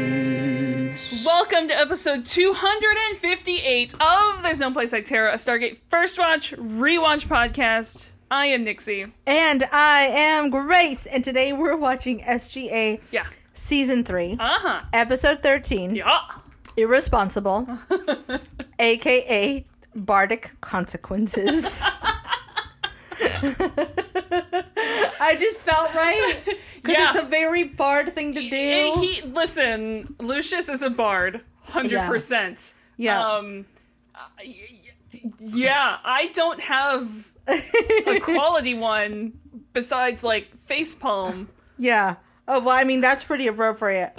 Welcome to episode 258 of There's No Place Like Terra, a Stargate First Watch Rewatch podcast. I am Nixie. And I am Grace, and today we're watching SGA Yeah. Season 3, Uh huh. Episode 13 Yeah. Irresponsible, aka Bardic Consequences. I just felt right. 'cause Yeah. It's a very bard thing to do. And he listen, Lucius is a bard, hundred percent. Yeah. Um. uh, y- y- Yeah, I don't have a quality one besides like facepalm. Yeah. Oh well, I mean that's pretty appropriate.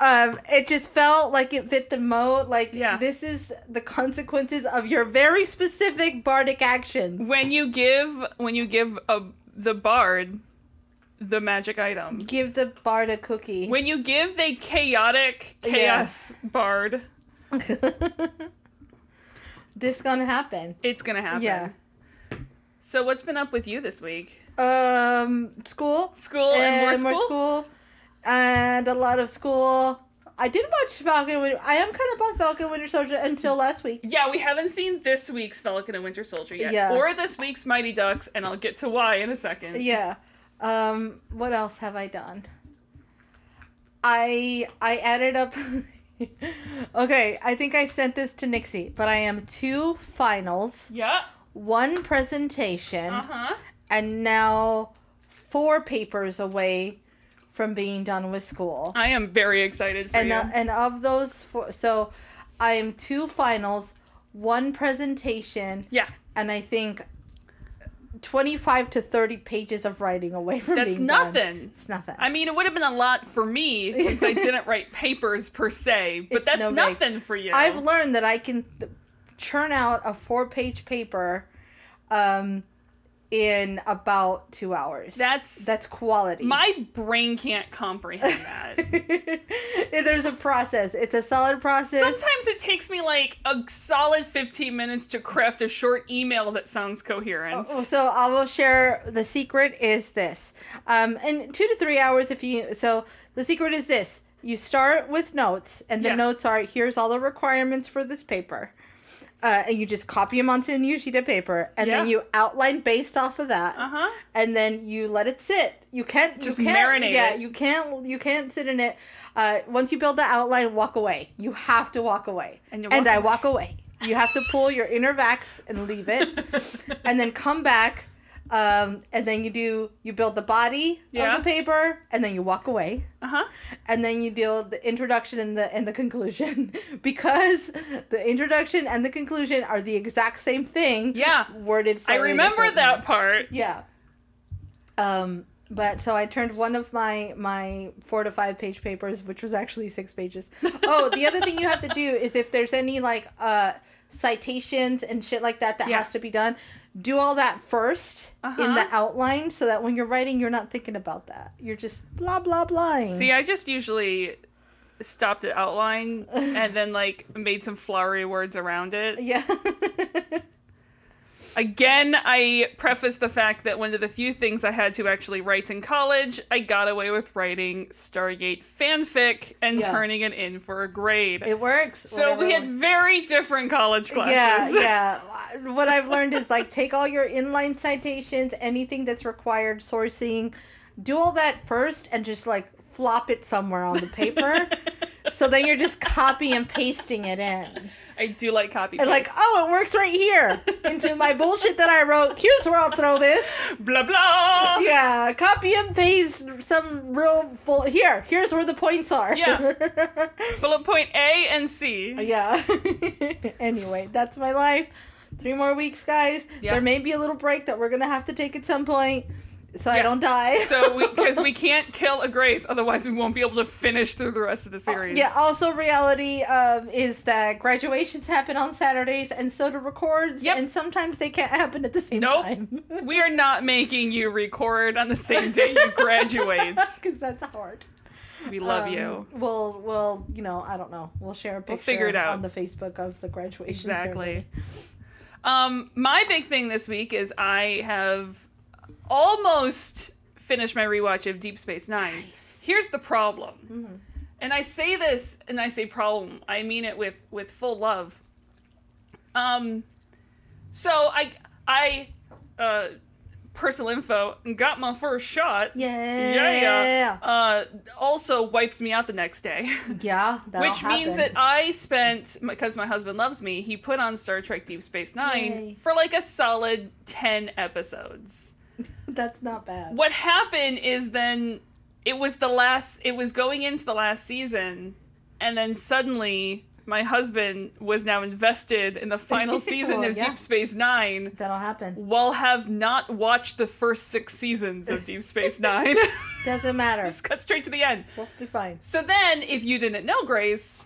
um, it just felt like it fit the mode. Like Yeah. this is the consequences of your very specific bardic actions. When you give when you give a the bard the magic item. Give the bard a cookie. When you give the chaotic chaos bard, this gonna happen. it's gonna happen. Yeah. So what's been up with you this week? Um, school. School Eh, and, more school? and a lot of school. I did watch Falcon. Win- I am kind of on Falcon Winter Soldier until last week. Yeah, we haven't seen this week's Falcon and Winter Soldier yet, Yeah. or this week's Mighty Ducks, and I'll get to why in a second. Yeah. Um, what else have I done? I I added up Okay, I think I sent this to Nixie, but I am two finals, Yeah. one presentation, Uh huh. and now four papers away from being done with school. I am very excited Uh, for And you. uh, and of those four so I am two finals, one presentation, yeah, and I think 25 to 30 pages of writing away from that's being done. nothing. It's nothing. I mean, it would have been a lot for me since I didn't write papers per se, but It's that's no big. nothing for you. I've learned that I can th- churn out a four-page paper um, in about two hours. That's- that's quality. My brain can't comprehend that. There's a process. It's a solid process. Sometimes it takes me like a solid 15 minutes to craft a short email that sounds coherent. so I will share the secret is this. Um, and two to three hours if you so the secret is this. You start with notes, and the Yeah. notes are here's all the requirements for this paper. Uh, and you just copy them onto a new sheet of paper, and then Yeah. you outline based off of that, Uh-huh. and then you let it sit. You can't Just you can't, marinate Yeah, it. you can't you can't sit in it. Uh, once you build the outline, walk away. You have to walk away, And you and walk I walk away. You have to pull your inner vax and leave it and then come back um, and then you do you build the body Yeah. of the paper and then you walk away Uh-huh. and then you do the introduction and the and the conclusion because the introduction and the conclusion are the exact same thing Yeah. worded I slightly remember differently. that part. yeah um but so I turned one of my my four to five page papers, which was actually six pages. Oh, the other thing you have to do is if there's any like uh citations and shit like that that Yeah. has to be done, do all that 1st in the outline so that when you're writing, you're not thinking about that. You're just blah blah blah. See, I just usually stopped at outline and then like made some flowery words around it. yeah, Again, I preface the fact that one of the few things I had to actually write in college, I got away with writing Stargate fanfic and Yeah. turning it in for a grade. it works. so Whatever we had works. very different college Yeah, classes. yeah. What I've learned is like take all your inline citations, anything that's required sourcing, do all that first and just like flop it somewhere on the paper. so then you're just copy and pasting it in. I do like copy And like, oh, it works right here into my bullshit that I wrote. Here's where I'll throw this. blah blah. Yeah, copy and paste some real full. Here, here's where the points are. Yeah. Bullet point A and C. Uh, Yeah. anyway, that's my life. Three more weeks, guys. Yeah. There may be a little break that we're gonna have to take at some point. so I Yeah. don't die. So we because we can't kill a Grace, otherwise we won't be able to finish through the rest of the series. Yeah. Also, reality um, is that graduations happen on Saturdays, and so do records, Yep. and sometimes they can't happen at the same Nope. time We are not making you record on the same day you graduate. because that's hard. We love Um, you. We'll, we'll, you know, I don't know. We'll share a picture Oh. figure it out. on the Facebook of the graduation. Exactly. ceremony. Um, my big thing this week is I have almost finished my rewatch of Deep Space Nine. Here's the problem, and I say this, and I say problem. I mean it with with full love. Um, so I I uh, personal info got my first shot. Yeah. Yeah, yeah. Uh, also wipes me out the next day. Yeah. that'll Which means that happen. I spent because my husband loves me. He put on Star Trek: Deep Space Nine Yay. for like a solid ten episodes. that's not bad. What happened is then it was the last. It was going into the last season, and then suddenly my husband was now invested in the final season Well, of yeah. Deep Space Nine. That'll happen. While have not watched the first six seasons of Deep Space Nine. Doesn't matter. Just cut straight to the end. We'll be fine. So then, if you didn't know, Grace,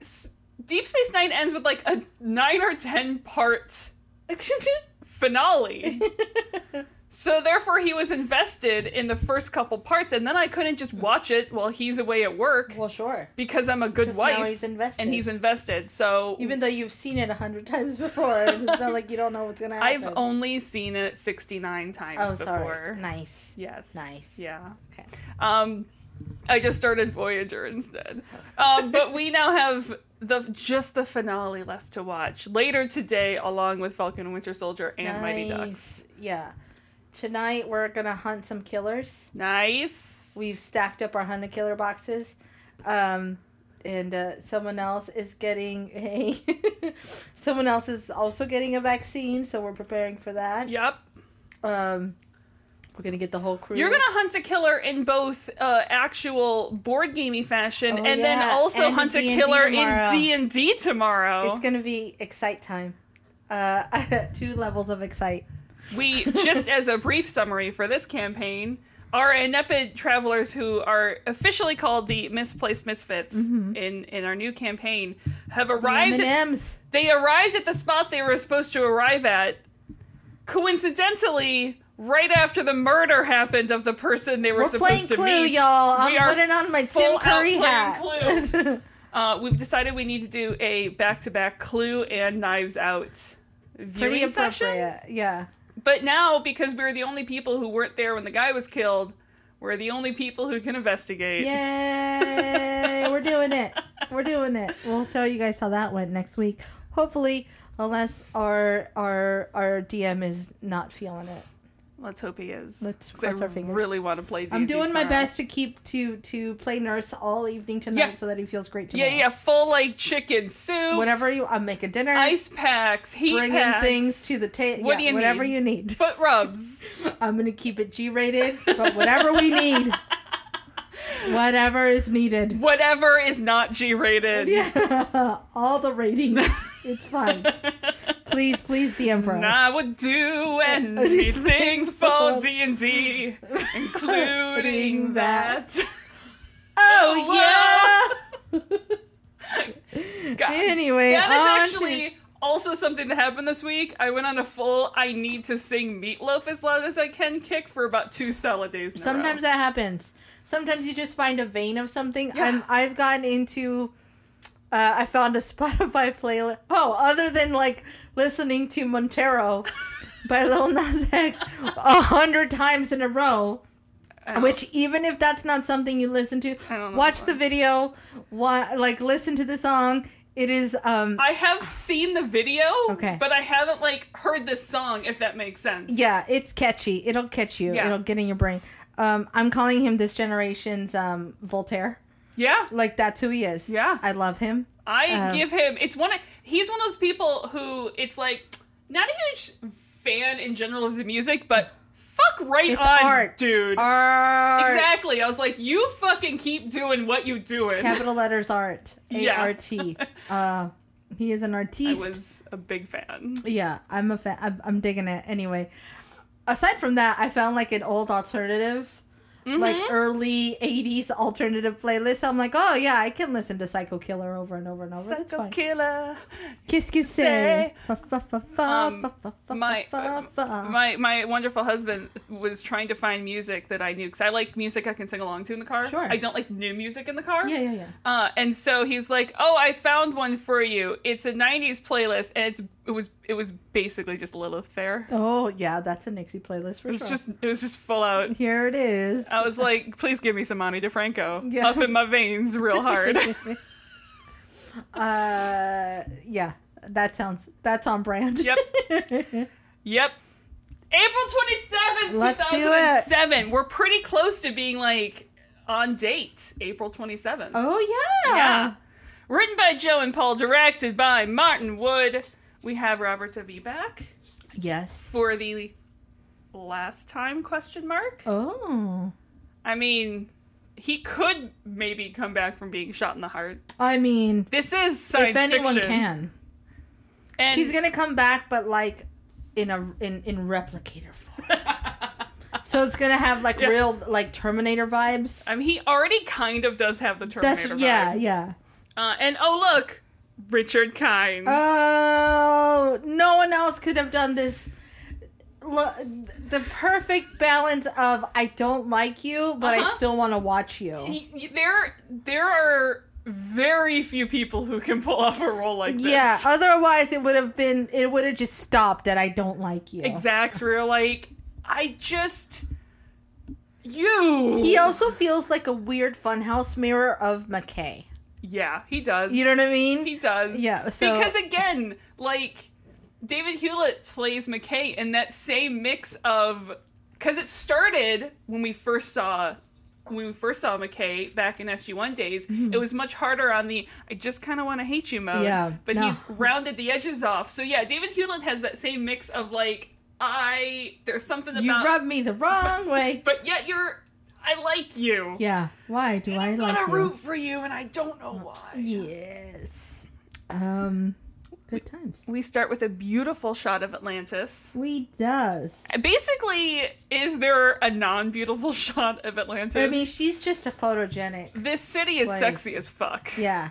s- Deep Space Nine ends with like a nine or ten part finale. so therefore, he was invested in the first couple parts, and then I couldn't just watch it while he's away at work well, sure. because I'm a good 'Cause now wife he's invested. and he's invested. So Even though you've seen it a hundred times before, it's not like you don't know what's gonna happen. I've only seen it 69 times Oh, before. sorry. Nice. Yes. Nice. Yeah. Okay. Um, I just started Voyager instead. Um, but we now have the just the finale left to watch later today, along with Falcon and Winter Soldier and Mighty Ducks. Yeah. Tonight we're gonna hunt some killers. Nice. We've stacked up our hunt a killer boxes, um, and uh, someone else is getting a. someone else is also getting a vaccine, so we're preparing for that. yep. Um, we're gonna get the whole crew. You're gonna hunt a killer in both uh, actual board gamey fashion, Oh, and then yeah. also And hunt a D&D killer tomorrow. in D and D tomorrow. It's gonna be excite time. Uh, two levels of excite. we just as a brief summary for this campaign are inepid travelers who are officially called the misplaced misfits Mm-hmm. in in our new campaign have arrived at, M&Ms. they arrived at the spot they were supposed to arrive at coincidentally right after the murder happened of the person they were, We're playing supposed to Clue, meet y'all. We I'm are putting on my Tim full out Curry hat. playing Clue. uh, we've decided we need to do a back-to-back clue and knives out viewing Pretty session appropriate. Yeah. but now, because we were the only people who weren't there when the guy was killed, we're the only people who can investigate. Yay! We're doing it. We're doing it. We'll tell you guys how that went next week. Hopefully, unless our our our DM is not feeling it. Let's hope he is. Let's 'Cause I cross our fingers. really want to play D&D I'm doing my tomorrow. best to keep to to play nurse all evening tonight Yeah. so that he feels great Yeah, tomorrow. yeah, full like chicken soup, Whenever you, I'm making dinner, ice packs, heat bringing packs, things to the table. What do you whatever need? you need. foot rubs. I'm gonna keep it G-rated, but whatever we need, whatever is needed. Whatever is not G-rated. Yeah, all the ratings. It's fine. Please, please DM for us. And I would do anything for D&D, including that. Oh yeah. yeah. Anyway, That on is actually also something that happened this week. I went on a full I need to sing meatloaf as loud as I can kick for about two solid days. In to- sometimes a row. that happens. Sometimes you just find a vein of something. Yeah. I'm, I've gotten into. Uh, I found a Spotify playlist. Oh, other than like listening to Montero by Lil Nas X a hundred times in a row. I don't- Which even if that's not something you listen to, I don't know watch that the video, wa- like listen to the song. It is um I have seen the video, Okay. but I haven't like heard this song. If that makes sense. yeah, it's catchy. It'll catch you. Yeah. It'll get in your brain. Um I'm calling him this generation's um Voltaire. Yeah. Like that's who he is. Yeah. I love him. I Um, give him. It's one. Of, he's one of those people who it's like not a huge fan in general of the music, but fuck right It's on, art. dude. Art. Exactly. I was like, you fucking keep doing what you doing. Capital letters art. A Yeah. R T. Uh he is an I artiste. was a big fan. Yeah, I'm a fan. I'm, I'm digging it. Anyway, aside from that, I found like an old alternative, Mm-hmm. like early '80s alternative playlist. So I'm like, oh yeah, I can listen to Psycho Killer over and over and over. That's Psycho fine. killer. Kiss kiss say. say. Fa, fa, fa, fa, Um, fa, fa, fa, my, uh, um, fa, fa. my my wonderful husband was trying to find music that I knew because I like music I can sing along to in the car. Sure. I don't like new music in the car. Yeah, yeah, yeah. Uh, and so he's like, "Oh, I found one for you. It's a '90s playlist, and it's it was it was basically just Lilith Fair. Oh yeah, that's a Nixie playlist for It was sure. just it was just full out. Here it is. I was like, please give me some Monty DeFranco Yeah. up in my veins real hard. uh, yeah, that sounds that's on brand. Yep. yep. April 27th, Let's do it. 2007. We're pretty close to being like on date, April 27th. oh yeah. Yeah. Written by Joe and Paul, directed by Martin Wood. We have Robert Tavi back Yes. for the last time question mark. Oh. I mean, he could maybe come back from being shot in the heart. I mean, This is science if anyone fiction. can, And he's gonna come back, but like in a in in replicator form. so it's gonna have like Yeah. real like Terminator vibes. I mean, he already kind of does have the that's Terminator yeah, vibe. yeah. Uh, and oh look, Richard Kind. Oh, no one else could have done this. Lo- the perfect balance of I don't like you, but Uh-huh. I still want to watch you. there, there are very few people who can pull off a role like this. Yeah, otherwise it would have been it would have just stopped at I don't like you. exacts. We're like, I just you. He also feels like a weird funhouse mirror of McKay. yeah, he does. You know what I mean? He does. Yeah, so- because again, like David Hewlett plays McKay in that same mix of because it started when we first saw when we first saw McKay back in SG One days. It was much harder on the I just kind of want to hate you mode. Mm-hmm. Yeah, but no. he's rounded the edges off. So yeah, David Hewlett has that same mix of like I there's something You about rubbed me the wrong way. but yet you're I like you. Yeah. Why do I I'm like gonna you? root for you, and I don't know why. Yes. Um. Good times. We start with a beautiful shot of Atlantis. We does. Basically, is there a non beautiful shot of Atlantis? I mean, she's just a photogenic. this city is place. sexy as fuck. Yeah.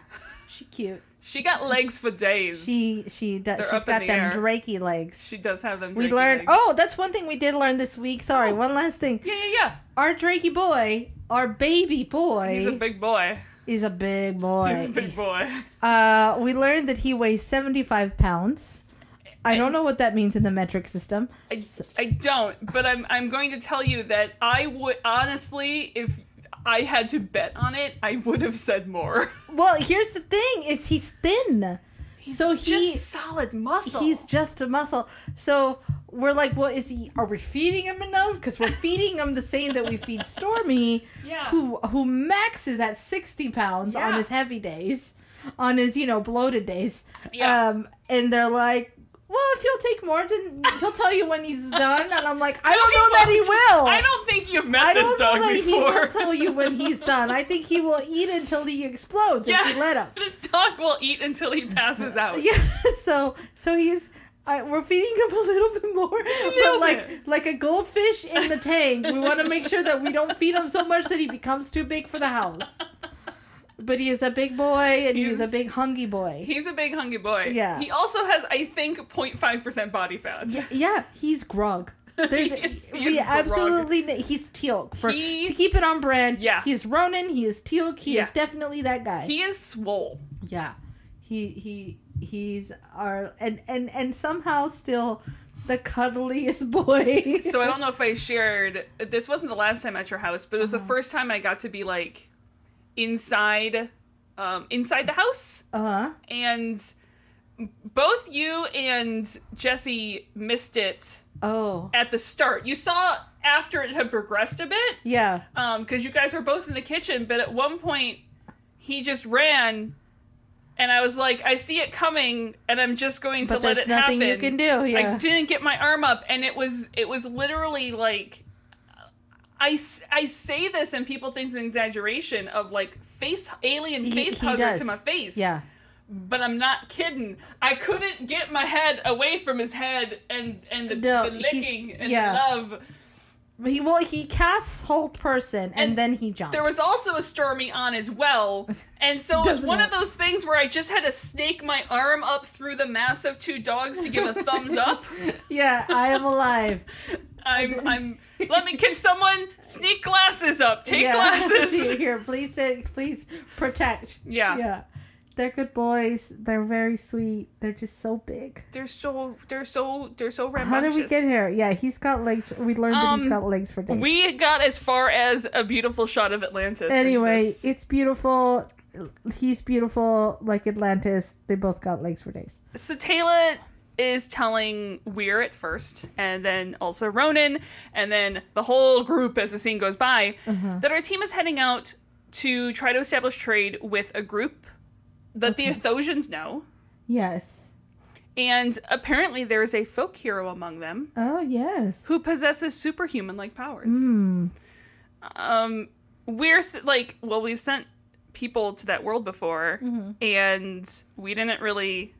She cute. She got legs for days. She she does. They're she's up in got the air. them Drakey legs. She does have them. We draggy learned. legs. Oh. Oh, that's one thing we did learn this week. Sorry, one last thing. Yeah, yeah, yeah. Our Drakey boy, our baby boy, He's a big boy. is a big boy. He's a big boy. Uh, we learned that he weighs seventy five pounds. I don't know what that means in the metric system. I, I don't, but I'm I'm going to tell you that I would honestly, if I had to bet on it, I would have said more. Well, here's the thing: is he's thin. so He's he just solid muscle. He's just a muscle. So we're like, well, is he? Are we feeding him enough? Because we're feeding him the same that we feed Stormy, Yeah. who who max is at sixty pounds on Yeah. his heavy days, on his you know bloated days. Yeah. Um, and they're like, well, if he'll take more, then he'll tell you when he's done. And I'm like, I don't know that he will. I don't think you've met I this don't dog know that before. he will tell you when he's done. I think he will eat until he explodes if you let him. This dog will eat until he passes out. Yeah. So so he's I, we're feeding him a little bit more, little but like like a goldfish in the tank. We want to make sure that we don't feed him so much that he becomes too big for the house. But he is a big boy, and he's, He's- a big hungry boy. He's a big hungry boy. Yeah. He also has, I think, 0.5% body fat. yeah, he's grog. There's He is- he we is grog. absolutely kn- he's teal'c for He- to keep it on brand. Yeah. he's Ronin. He is teal'c. He Yeah. is definitely that guy. He is swole. Yeah. He he he's our and and and somehow still the cuddliest boy. So I don't know if I shared. This wasn't the last time at your house, but it was Uh-huh. the first time I got to be like inside, um, inside the house, uh-huh. and both you and Jesse missed it Oh. at the start. You saw after it had progressed a bit, Yeah. um because you guys were both in the kitchen but at one point he just ran and i was like i see it coming and i'm just going to But let there's it nothing happen you can do. i Yeah. didn't get my arm up and it was it was literally like I, s- I say this and people think it's an exaggeration of like face alien He- face he hugger does. to my face Yeah. but I'm not kidding. I couldn't get my head away from his head and and the, No, the he's- licking and yeah. the love. He well, he casts whole person and, And then he jumps. There was also a stormy on as well, and so it was Doesn't one it? of those things where I just had to snake my arm up through the mass of two dogs to give a thumbs up. yeah, I am alive. I'm I'm. Let me. Can someone sneak glasses up? Take yeah. glasses. Here, please, take- please protect. Yeah. yeah, they're good boys. They're very sweet. They're just so big. They're so they're so they're so How rambunctious. did we get here? Yeah, he's got legs. We learned that Um, he's got legs for days. We got as far as a beautiful shot of Atlantis. into anyway, this. it's beautiful. He's beautiful, like Atlantis. They both got legs for days. so Taylor is telling Weir at first, and then also Ronan, and then the whole group as the scene goes by, that our team is heading out to try to establish trade with a group that the Athosians know. Yes. And apparently, there is a folk hero among them Oh yes. who possesses superhuman like powers. Hmm. um we're s- like well we've sent people to that world before and we didn't really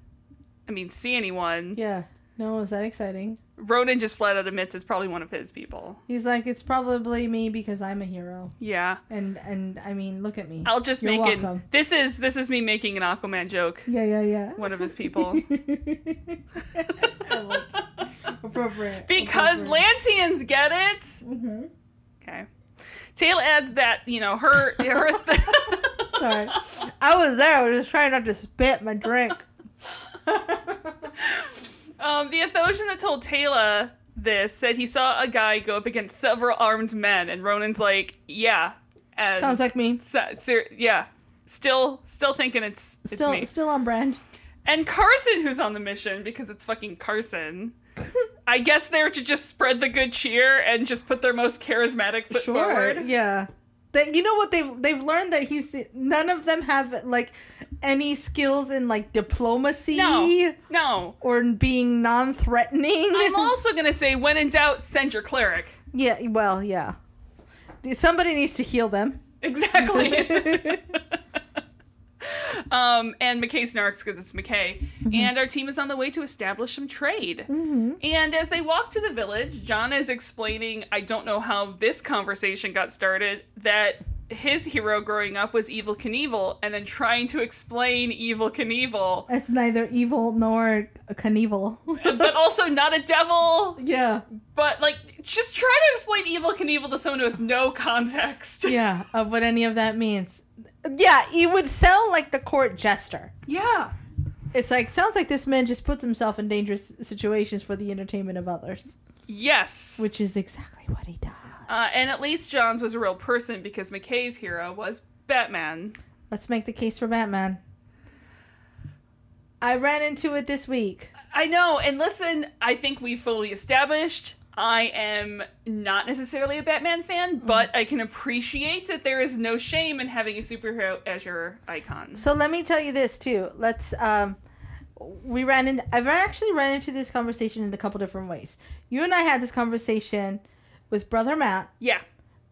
i mean see anyone Yeah. No, was that exciting? ronan just flat out admits it's probably one of his people He's like, it's probably me because I'm a hero, yeah and and I mean, look at me. i'll just You're make welcome. it this is this is me making an aquaman joke Yeah, yeah, yeah. one of his people I like appropriate. because lantians get it Mhm. okay taylor adds that you know her her th- Sorry, I was there. I was just trying not to spit my drink. Um, the Athosian that told Taylor this said he saw a guy go up against several armed men, and Ronan's like, "Yeah, and Sounds like me. so, ser- yeah, still, still thinking it's it's Still, me." still on brand. And Carson, who's on the mission because it's fucking Carson. I guess they're to just spread the good cheer and just put their most charismatic foot forward. Yeah. That you know what they've they've learned that he's none of them have like any skills in like diplomacy No, no. or in being non-threatening. I'm also gonna say, when in doubt, send your cleric. yeah. Well, yeah. Somebody needs to heal them. Exactly. um, and McKay snarks because it's McKay. And our team is on the way to establish some trade. And as they walk to the village, John is explaining, I don't know how this conversation got started, that his hero growing up was Evil Knievel, and then trying to explain Evil Knievel, That's neither evil nor Knievel. but also not a devil, yeah. but like just try to explain Evil Knievel to someone who has no context. Yeah. Of what any of that means. Yeah, he would sound like the court jester. yeah. It's like sounds like this man just puts himself in dangerous situations for the entertainment of others, Yes. which is exactly what he does. Uh, and at least Johns was a real person because McKay's hero was Batman. Let's make the case for Batman. I ran into it this week. I know, and listen, I think we've fully established I am not necessarily a Batman fan, but I can appreciate that there is no shame in having a superhero as your icon. So let me tell you this too. Let's um we ran in I've actually ran into this conversation in a couple different ways. You and I had this conversation with brother Matt Yeah.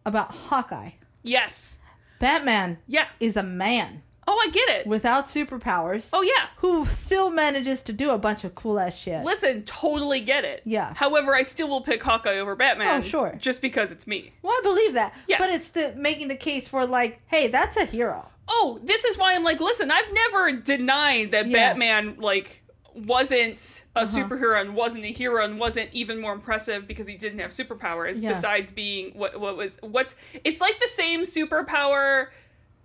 about Hawkeye. Yes. Batman Yeah. is a man Oh, I get it. without superpowers Oh, yeah. who still manages to do a bunch of cool ass shit. Listen, totally get it. Yeah. However, I still will pick Hawkeye over Batman. Oh, sure. Just because it's me. Well, I believe that. Yeah. But it's the making the case for like, hey, that's a hero. oh, this is why I'm like, listen, I've never denied that Yeah. Uh-huh. Batman like wasn't a superhero and wasn't a hero and wasn't even more impressive because he didn't have superpowers Yeah. besides being what what was what it's like the same superpower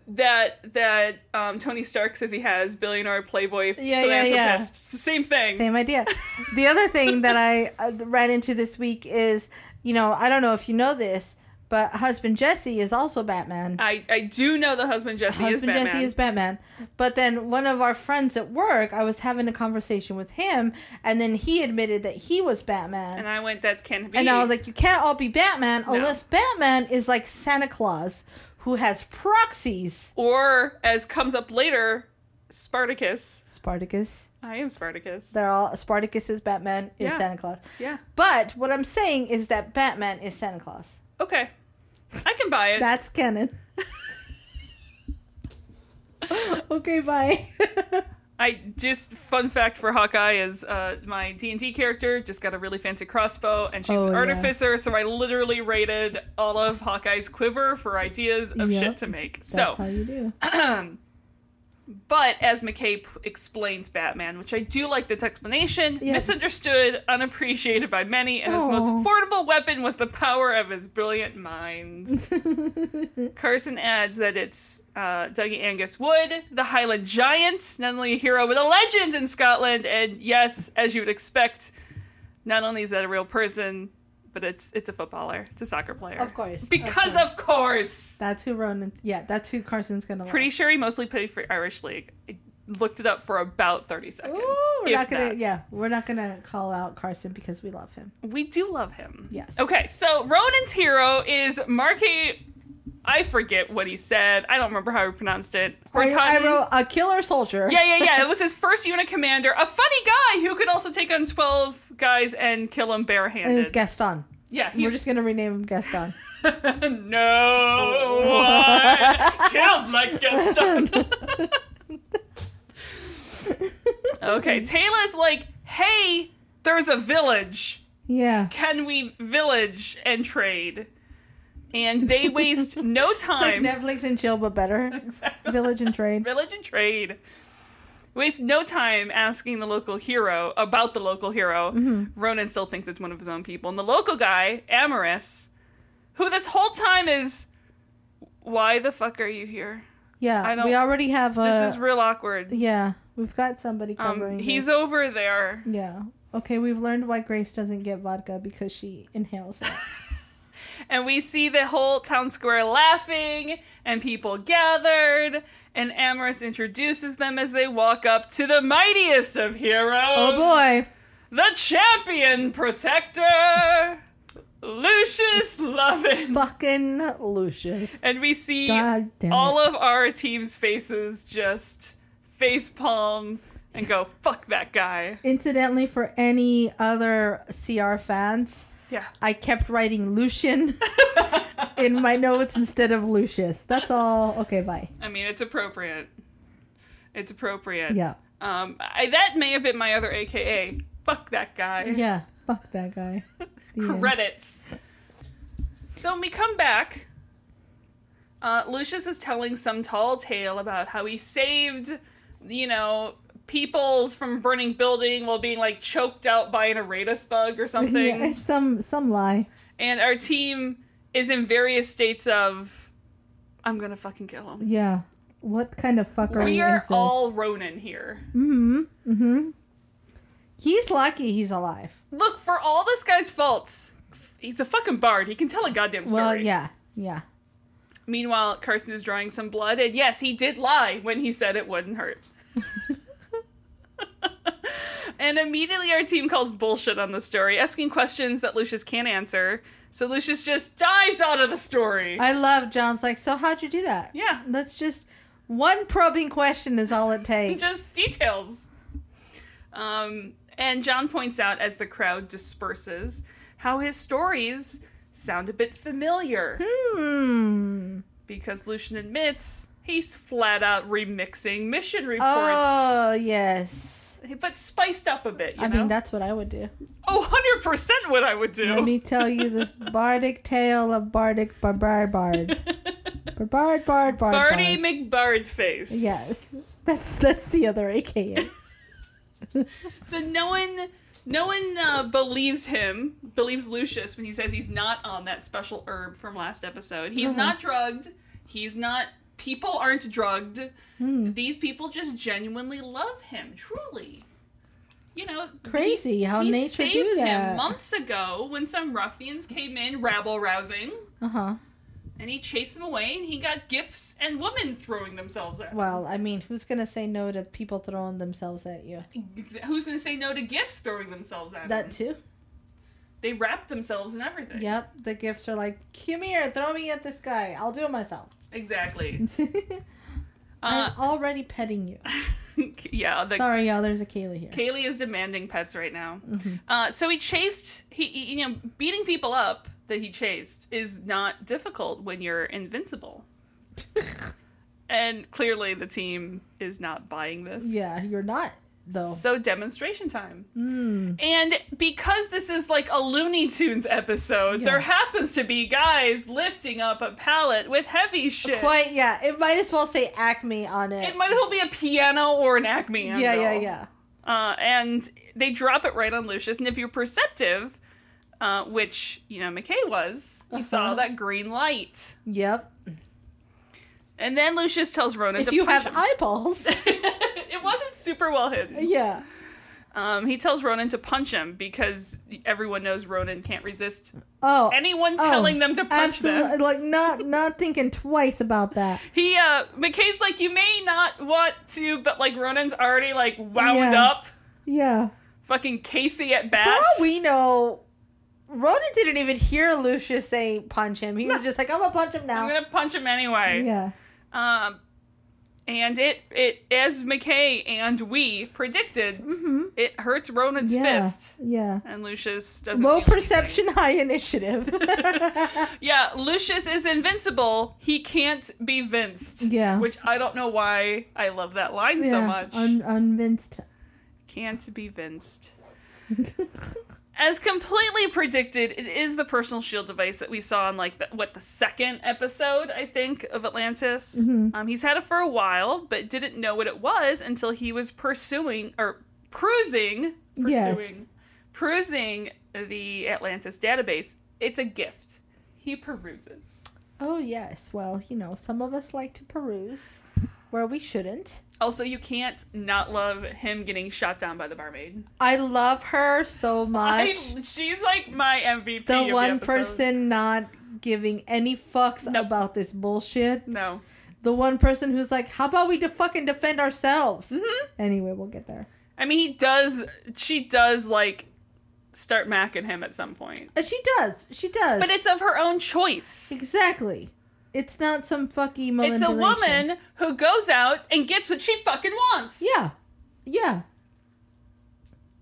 that that um, Tony Stark says he has billionaire playboy Yeah, yeah, yeah. philanthropist It's the same thing Same idea. the other thing that I uh, ran into this week is, you know, I don't know if you know this, but husband Jesse is also Batman. I I do know the husband Jesse Oh, is husband Batman Jesse is Batman. But then one of our friends at work, I was having a conversation with him, and then he admitted that he was Batman. and And I- I went that can't be was like, you can't all be Batman unless Batman is like Santa Claus, who has proxies. or as comes up later Spartacus Spartacus. I am Spartacus They're all Spartacus is Batman is Yeah. Santa Claus. yeah But what I'm saying is that Batman is Santa Claus. Okay. I can buy it. That's canon. okay, bye. I just fun fact for Hawkeye is uh, my D and D character just got a really fancy crossbow, and she's Oh, an yeah. artificer. So I literally rated all of Hawkeye's quiver for ideas of Yep. shit to make. That's So, how you do. but as McCabe explains Batman, which I do like this explanation, Yeah. misunderstood, unappreciated by many, and his Aw. most formidable weapon was the power of his brilliant minds. Carson adds that it's uh, Dougie Angus Wood, the Highland Giant, not only a hero but a legend in Scotland, and yes, as you would expect, not only is that a real person, but it's it's a footballer, it's a soccer player, Of course. because of course. That's who Ronan. Yeah, that's who Carson's gonna. love. Pretty sure he mostly played for Irish League. I looked it up for about 30 seconds. Ooh, we're if not gonna. that. Yeah, we're not gonna call out Carson because we love him. We do love him. Yes. Okay, so Ronan's hero is Marky. I forget what he said. I don't remember how he pronounced it. I, I Horton- wrote a killer soldier. Yeah, yeah, yeah. It was his first unit commander, a funny guy who could also take on 12 guys and kill them It was barehanded. Gaston. yeah, We're he's just gonna rename him Gaston. no one kills like Gaston. okay, Taylor's like, hey, there's a village. Yeah. Can we village and trade? And they waste no It's time. like Netflix and chill, but better. Village and trade. village and trade. Waste no time asking the local hero about the local hero. Mm-hmm. Ronan still thinks it's one of his own people. And the local guy, Amorous, who this whole time is, why the fuck are you here? Yeah. I don't- we already have a. this is real awkward. yeah, we've got somebody covering. Um, this. he's over there. Yeah. Okay, we've learned why Grace doesn't get vodka because she inhales it. And we see the whole town square laughing and people gathered. And Amorous introduces them as they walk up to the mightiest of heroes. oh boy. The champion protector, Lucius Lovin. Fucking Lucius. And we see God damn it. all of our team's faces just face palm and go, fuck that guy. Incidentally, for any other CR fans, Yeah. I kept writing Lucian in my notes instead of Lucius. That's all. Okay, bye. I mean, it's appropriate. It's appropriate. Yeah. Um, I, that may have been my other AKA. Fuck that guy. Yeah. Fuck that guy. The end. Credits. So when we come back, uh, Lucius is telling some tall tale about how he saved, you know, peoples from a burning building while being like choked out by an Aratus bug or something. Yeah, some some lie. And our team is in various states of, I'm gonna fucking kill him. Yeah. What kind of fuckery We are is this? all Ronin here. Mm-hmm. Mm-hmm. He's lucky he's alive. Look, for all this guy's faults, he's a fucking bard. He can tell a goddamn story. Well, yeah. Yeah. Meanwhile, Carson is drawing some blood, and yes, he did lie when he said it wouldn't hurt. and immediately our team calls bullshit on the story, asking questions that Lucius can't answer. So Lucius just dives out of the story. I love John's like, so how'd you do that? yeah, That's just one probing question is all it takes. just details. Um, and John points out as the crowd disperses how his stories sound a bit familiar. Hmm. Because Lucian admits he's flat out remixing mission reports. Oh yes. but spiced up a bit. You I know? mean that's what I would do. oh, 100 percent what I would do. Let me tell you the bardic tale of bardic barbard bard. Barbard bard bard. Barty bard. McBard face. Yes. That's that's the other AKA. So no one, no one uh, believes him. Believes Lucius when he says he's not on that special herb from last episode. Uh-huh. He's not drugged. He's not. People aren't drugged. Hmm. These people just genuinely love him. Truly. You know, Crazy how he nature saved do him that. months ago when some ruffians came in rabble rousing. uh Uh-huh. huh. and he chased them away and he got gifts and women throwing themselves at him. Well, I mean, who's gonna say no to people throwing themselves at you? Who's going to say no to gifts throwing themselves at him? That too. They wrap themselves in everything. Yep. The gifts are like, come here, throw me at this guy. I'll do it myself. Exactly. Uh, I'm already petting you. yeah, the Mm-hmm. Sorry, y'all. There's a Kayla here. Kaylee is demanding pets right now. Mm-hmm. Uh, so he chased. He, he- you know, beating people up that he chased is not difficult when you're invincible. and clearly the team is not buying this. Yeah, you're not though. So demonstration time. Hmm. And because this is like a Looney Tunes episode, there happens to be guys lifting up a pallet with heavy shit. Quite- Yeah, it might as well say Acme on it. it might as well be a piano or an Acme. yeah, anvil. yeah, yeah. Uh, and they drop it right on Lucius. And if you're perceptive, uh, which you know McKay was, you Uh-huh. saw that green light. Yep. And then Lucius tells Ronan If to you punch have him. eyeballs, it wasn't super well hidden. Yeah. Um, he tells Ronan to punch him because everyone knows Ronan can't resist Oh. anyone oh, telling them to punch absolute- them. Like not not thinking twice about that. He uh McKay's like, you may not want to, but like Ronan's already like wound Yeah. up. Yeah. Fucking Casey at for bat. all we know, Ronan didn't even hear Lucius say punch him. He was just like, I'm gonna punch him now. I'm gonna punch him anyway. Yeah. Um, and it it as McKay and we predicted, it hurts Ronan's Mm-hmm. Yeah. fist, Yeah. and Lucius doesn't. Low feel perception, high initiative. anything. Yeah, Lucius is invincible. He can't be vinced. Yeah. which I don't know why I love that line so Yeah. much. Un- unvinced. can't be vinced. As completely predicted, it is the personal shield device that we saw in like the, what the second episode, I think, of Atlantis. Mm-hmm. Um, he's had it for a while, but didn't know what it was until he was pursuing or cruising, pursuing, Yes. perusing the Atlantis database. It's a gift. He peruses. Oh yes. Well, you know, some of us like to peruse where we shouldn't. Also, you can't not love him getting shot down by the barmaid. I love her so much. I- she's like my MVP. of the the one episode. person not giving any fucks about this bullshit. No. The one person who's like, how about we de- fucking defend ourselves? Mm-hmm. Anyway, we'll get there. I mean, he does. She does like start macking him at some point, Uh, She does. She does. but it's of her own choice. exactly. It's not some fucky It's a manipulation. woman who goes out and gets what she fucking wants. Yeah. Yeah.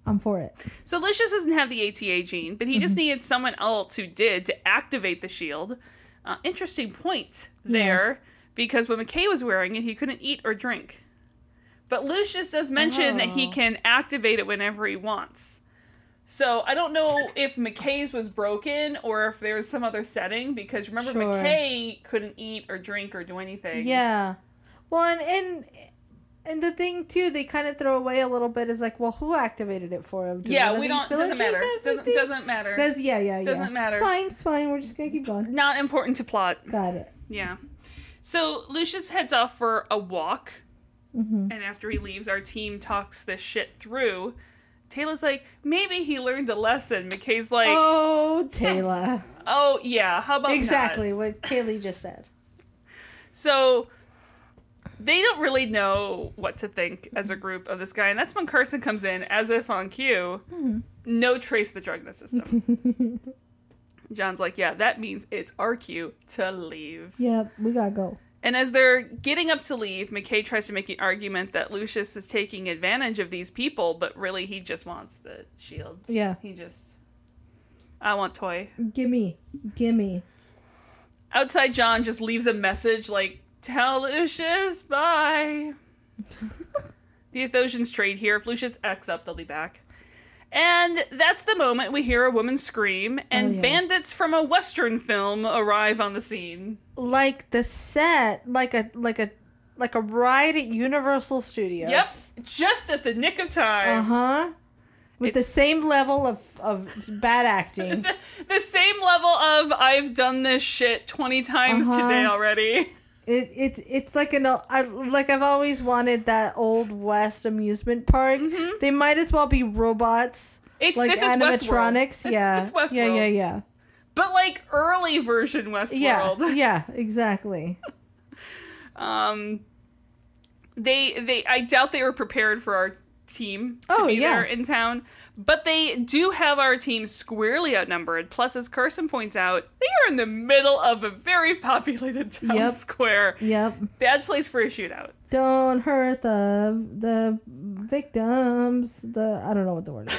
I'm for it. So Lucius doesn't have the ATA gene, but he just Mm-hmm. needed someone else who did to activate the shield. Uh, interesting point there, because when McKay was wearing it, he couldn't eat or drink. But Lucius does mention that Oh. he can activate it whenever he wants. So I don't know if McKay's was broken or if there was some other setting, because remember Sure. McKay couldn't eat or drink or do anything. Yeah. Well, and and, and the thing too, they kind of throw away a little bit is like, well, who activated it for him? Do Yeah, one we of these don't. Doesn't villagers matter. have Doesn't fifty? doesn't matter. That's- yeah, yeah, yeah. doesn't matter. It's fine, it's fine. We're just gonna keep going. Not important to plot. Got it. Yeah. So Lucius heads off for a walk. And after he leaves, our team talks this shit through. Taylor's like, maybe he learned a lesson. McKay's like, oh, Oh, Taylor. yeah, how about exactly That? what Kaylee just said. So they don't really know what to think as a group of this guy. And that's when Carson comes in, as if on cue, no trace of the drug in the system. John's like, yeah, that means it's our cue to leave. Yep, we gotta go. And as they're getting up to leave, McKay tries to make an argument that Lucius is taking advantage of these people, but really he just wants the shield. Yeah, He just. I want toy. gimme, gimme. Outside, John just leaves a message like, Tell Lucius bye. the Athosians trade here. If Lucius X up, they'll be back. And that's the moment we hear a woman scream, and Oh, yeah. bandits from a Western film arrive on the scene. Like the set, like a like a like a ride at Universal Studios. Yep, just at the nick of time. Uh-huh. Uh huh. With the It's- same level of of bad acting. the, the same level of I've done this shit 20 times Uh-huh. today already. It it's it's like an o- I, like I've always wanted that old west amusement park. They might as well be robots, Mm-hmm. It's like this is animatronics. Westworld. yeah, It's, it's Westworld. yeah, yeah, yeah, But like early version yeah, Westworld. yeah. Exactly. Um they they I doubt they were prepared for our team to Oh, be yeah. there in town, but they do have our team squarely outnumbered. Plus as Carson points out, they are in the middle of a very populated town Yep. square. Yep. Bad place for a shootout. Don't hurt the the victims. The I don't know what the word is.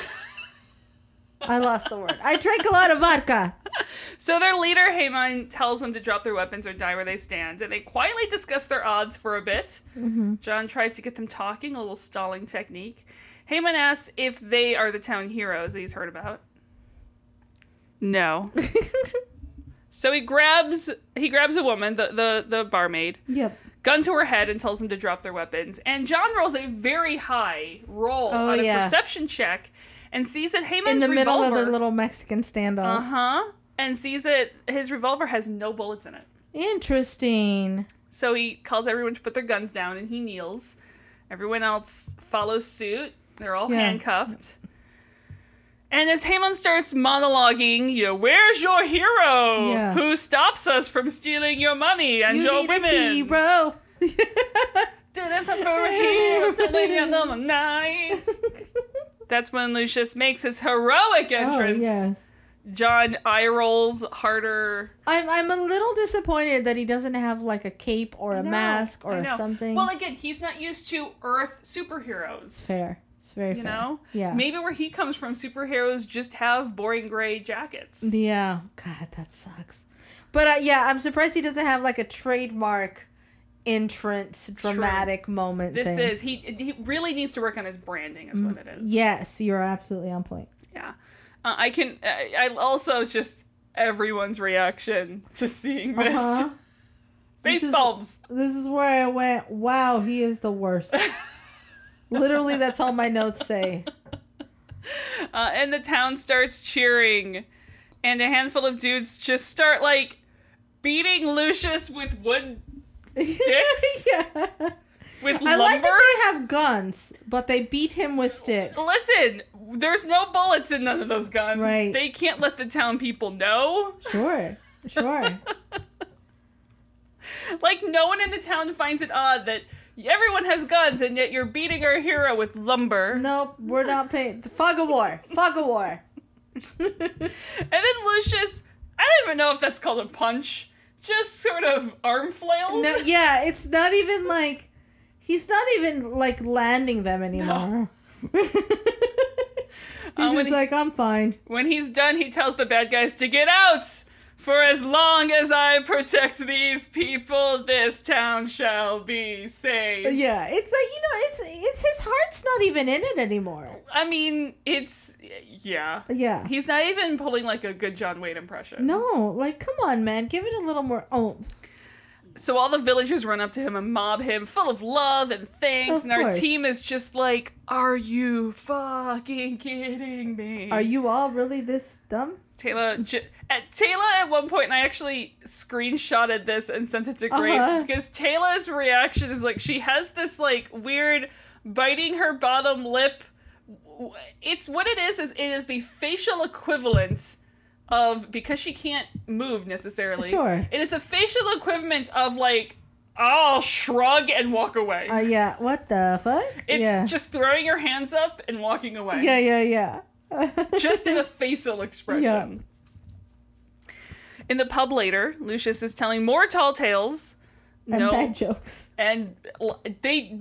I lost the word. I drank a lot of vodka. So their leader, Haman, tells them to drop their weapons or die where they stand, and they quietly discuss their odds for a bit. Mm-hmm. John tries to get them talking, a little stalling technique. Haman asks if they are the town heroes that he's heard about. No. so he grabs he grabs a woman, the the, the barmaid, Yep. gun to her head and tells them to drop their weapons. And John rolls a very high roll Oh, on a yeah. perception check and sees that Haman's In the middle of revolver, the little Mexican standoff. uh huh, and sees that his revolver has no bullets in it. Interesting. So he calls everyone to put their guns down and he kneels. Everyone else follows suit. They're all Yeah. handcuffed. And as Haman starts monologuing, you know, where's your hero Yeah. who stops us from stealing your money and you your need women? a hero. Did it for a hero till the end of the night. That's when Lucius makes his heroic entrance. Oh, yes. John eye rolls harder. I'm I'm a little disappointed that he doesn't have like a cape or a No, mask or I know. something. Well, again, he's not used to Earth superheroes. fair. It's very You fair. know? Yeah. Maybe where he comes from, superheroes just have boring gray jackets. Yeah. God, that sucks. But uh, yeah, I'm surprised he doesn't have like a trademark entrance dramatic moment. This thing. Mm, is he. He really needs to work on his branding, is what it is. Yes, you're absolutely on point. Yeah. Uh, I can. I, I also just everyone's reaction to seeing this. Uh-huh. Face This is- bulbs. This is where I went. Wow, he is the worst. Literally, that's all my notes say. Uh, and the town starts cheering, and a handful of dudes just start like beating Lucius with wood sticks yeah. with I lumber. like that they have guns, but they beat him with sticks. Listen, there's no bullets in none of those guns. Right. They can't let the town people know. Sure, sure. Like, no one in the town finds it odd that everyone has guns and yet you're beating our hero with lumber. nope, we're not paying. Fog of war, fog of war. And then Lucius, I don't even know if that's called a punch, just sort of arm flails. No, yeah, it's not even like he's not even like landing them anymore. he's Uh, when just he- like, I'm fine. When he's done, he tells the bad guys to get out! For as long as I protect these people, this town shall be safe. Yeah, it's like you know, it's it's his heart's not even in it anymore. I mean, it's. Yeah. Yeah. He's not even pulling like a good John Wayne impression. No, like come on, man, give it a little more oomph. So all the villagers run up to him and mob him, full of love and thanks. Of and our course. team is just like, "Are you fucking kidding me?" Are you all really this dumb? Taylor? J- at Taylor, at one point, and I actually screenshotted this and sent it to Grace Uh-huh. because Taylor's reaction is like she has this like weird biting her bottom lip. W- It's what it is. Is it is the facial equivalent of because she can't move necessarily. Sure. It is the facial equivalent of like I'll shrug and walk away. Uh, yeah, what the fuck? it's yeah. just throwing your hands up and walking away. Yeah, yeah, yeah. Just in a facial expression. Yeah. In the pub later, Lucius is telling more tall tales. and no, bad jokes. and l- they,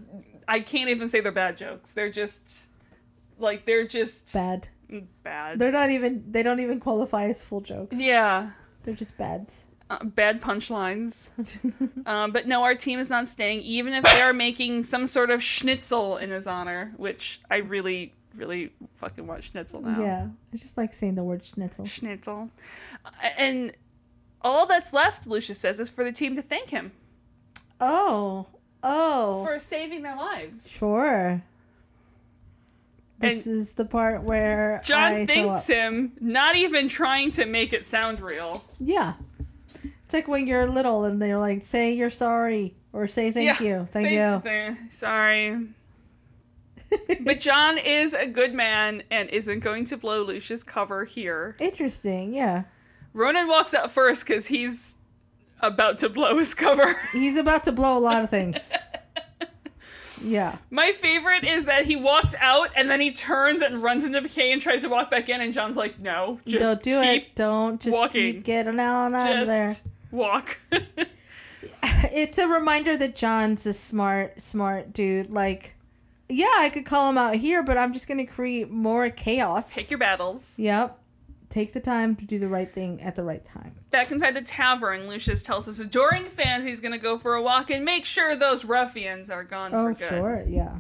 I can't even say they're bad jokes. They're just like they're just Bad. bad. They're not even they don't even qualify as full jokes. yeah, They're just bads. uh, bad punchlines. Um, but no, our team is not staying, even if they are making some sort of schnitzel in his honor, which I really, really fucking want schnitzel now. Yeah. I just like saying the word schnitzel. Schnitzel. And all that's left, Lucius says, is for the team to thank him Oh. Oh. for saving their lives. sure. This And- is the part where John I throw thanks up. him, not even trying to make it sound real. Yeah. It's like when you're little and they're like, say you're sorry or say thank Yeah, you. Thank same you. thing. Sorry. but John is a good man and isn't going to blow Lucius' cover here. Interesting, yeah. Ronan walks out first because he's about to blow his cover. He's about to blow a lot of things. yeah. My favorite is that he walks out and then he turns and runs into McKay and tries to walk back in, and John's like, "No, just Don't do keep, it. Don't just walking. keep getting on out of there. just walk." It's a reminder that John's a smart, smart dude. Like, yeah, I could call him out here, but I'm just gonna create more chaos. Take your battles. Yep. Take the time to do the right thing at the right time. Back inside the tavern, Lucius tells his adoring fans he's going to go for a walk and make sure those ruffians are gone Oh, for good. sure. Yeah.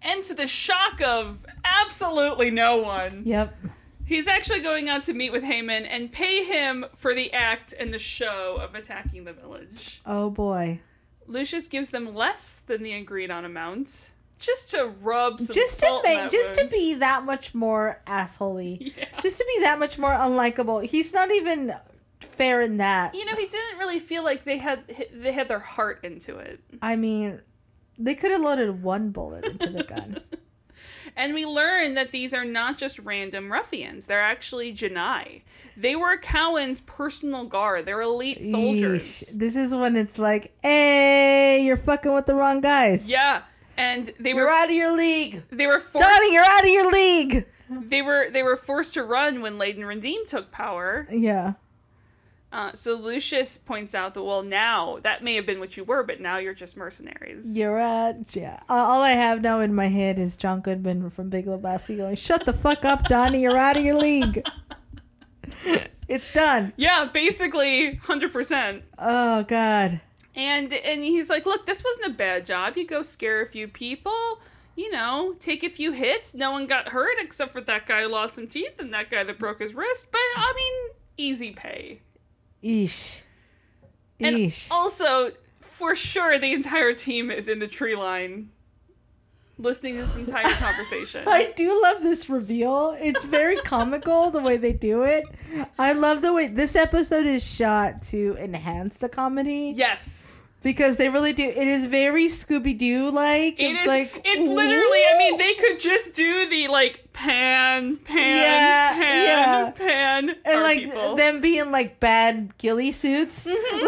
And to the shock of absolutely no one, Yep. he's actually going out to meet with Haman and pay him for the act and the show of attacking the village. Oh, boy. Lucius gives them less than the agreed on amount, just to rub some just to salt in make, that just to wound. be that much more assholey. Yeah. Just to be that much more unlikable. He's not even fair in that. You know, he didn't really feel like they had they had their heart into it. I mean, they could have loaded one bullet into the gun. And we learn that these are not just random ruffians; they're actually Janai. They were Cowan's personal guard. They're elite soldiers. Yeesh. This is when it's like, hey, you're fucking with the wrong guys. Yeah, and they You're were out of your league. they were forced Donnie, you're out of your league. they were they were forced to run when Leyden Redeem took power. Yeah. Uh, so Lucius points out that well now that may have been what you were, but now you're just mercenaries. You're out. Yeah. Uh, all I have now in my head is John Goodman from Big Lebowski going, shut the fuck up, Donnie. You're out of your league. it's done. Yeah, basically hundred percent. Oh, God. And and he's like, look, this wasn't a bad job. You go scare a few people. You know, take a few hits. No one got hurt except for that guy who lost some teeth and that guy that broke his wrist. But I mean, easy pay. Eesh. And Eesh. also, for sure, the entire team is in the tree line listening to this entire conversation. I do love this reveal. It's very comical the way they do it. I love the way this episode is shot to enhance the comedy yes. because they really do. It is very Scooby Doo like. It it's is. like it's literally. I mean, "Ooh." they could just do the like pan, pan, Yeah, pan, yeah. pan. and our like people. them being like bad ghillie suits. Mm-hmm.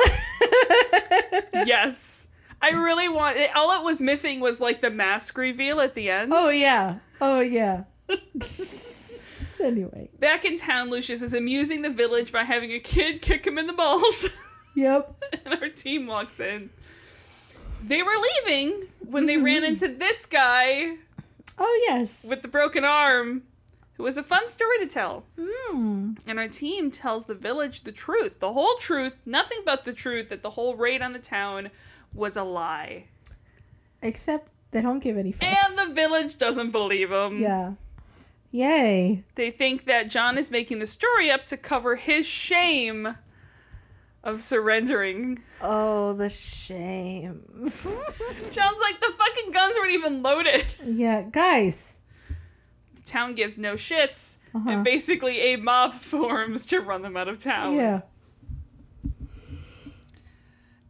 yes, I really want. It, all it was missing was like the mask reveal at the end. oh yeah. Oh yeah. anyway. Back in town, Lucius is amusing the village by having a kid kick him in the balls. Yep. and our team walks in. They were leaving when they ran Mm-hmm. into this guy Oh yes. with the broken arm, who was a fun story to tell. Mm. And our team tells the village the truth, the whole truth, nothing but the truth, that the whole raid on the town was a lie. Except they don't give any fucks. And the village doesn't believe them. yeah. Yay. They think that John is making the story up to cover his shame of surrendering. Oh, the shame. John's like, the fucking guns weren't even loaded. yeah, guys. town gives no shits, Uh-huh. and basically a mob forms to run them out of town. Yeah.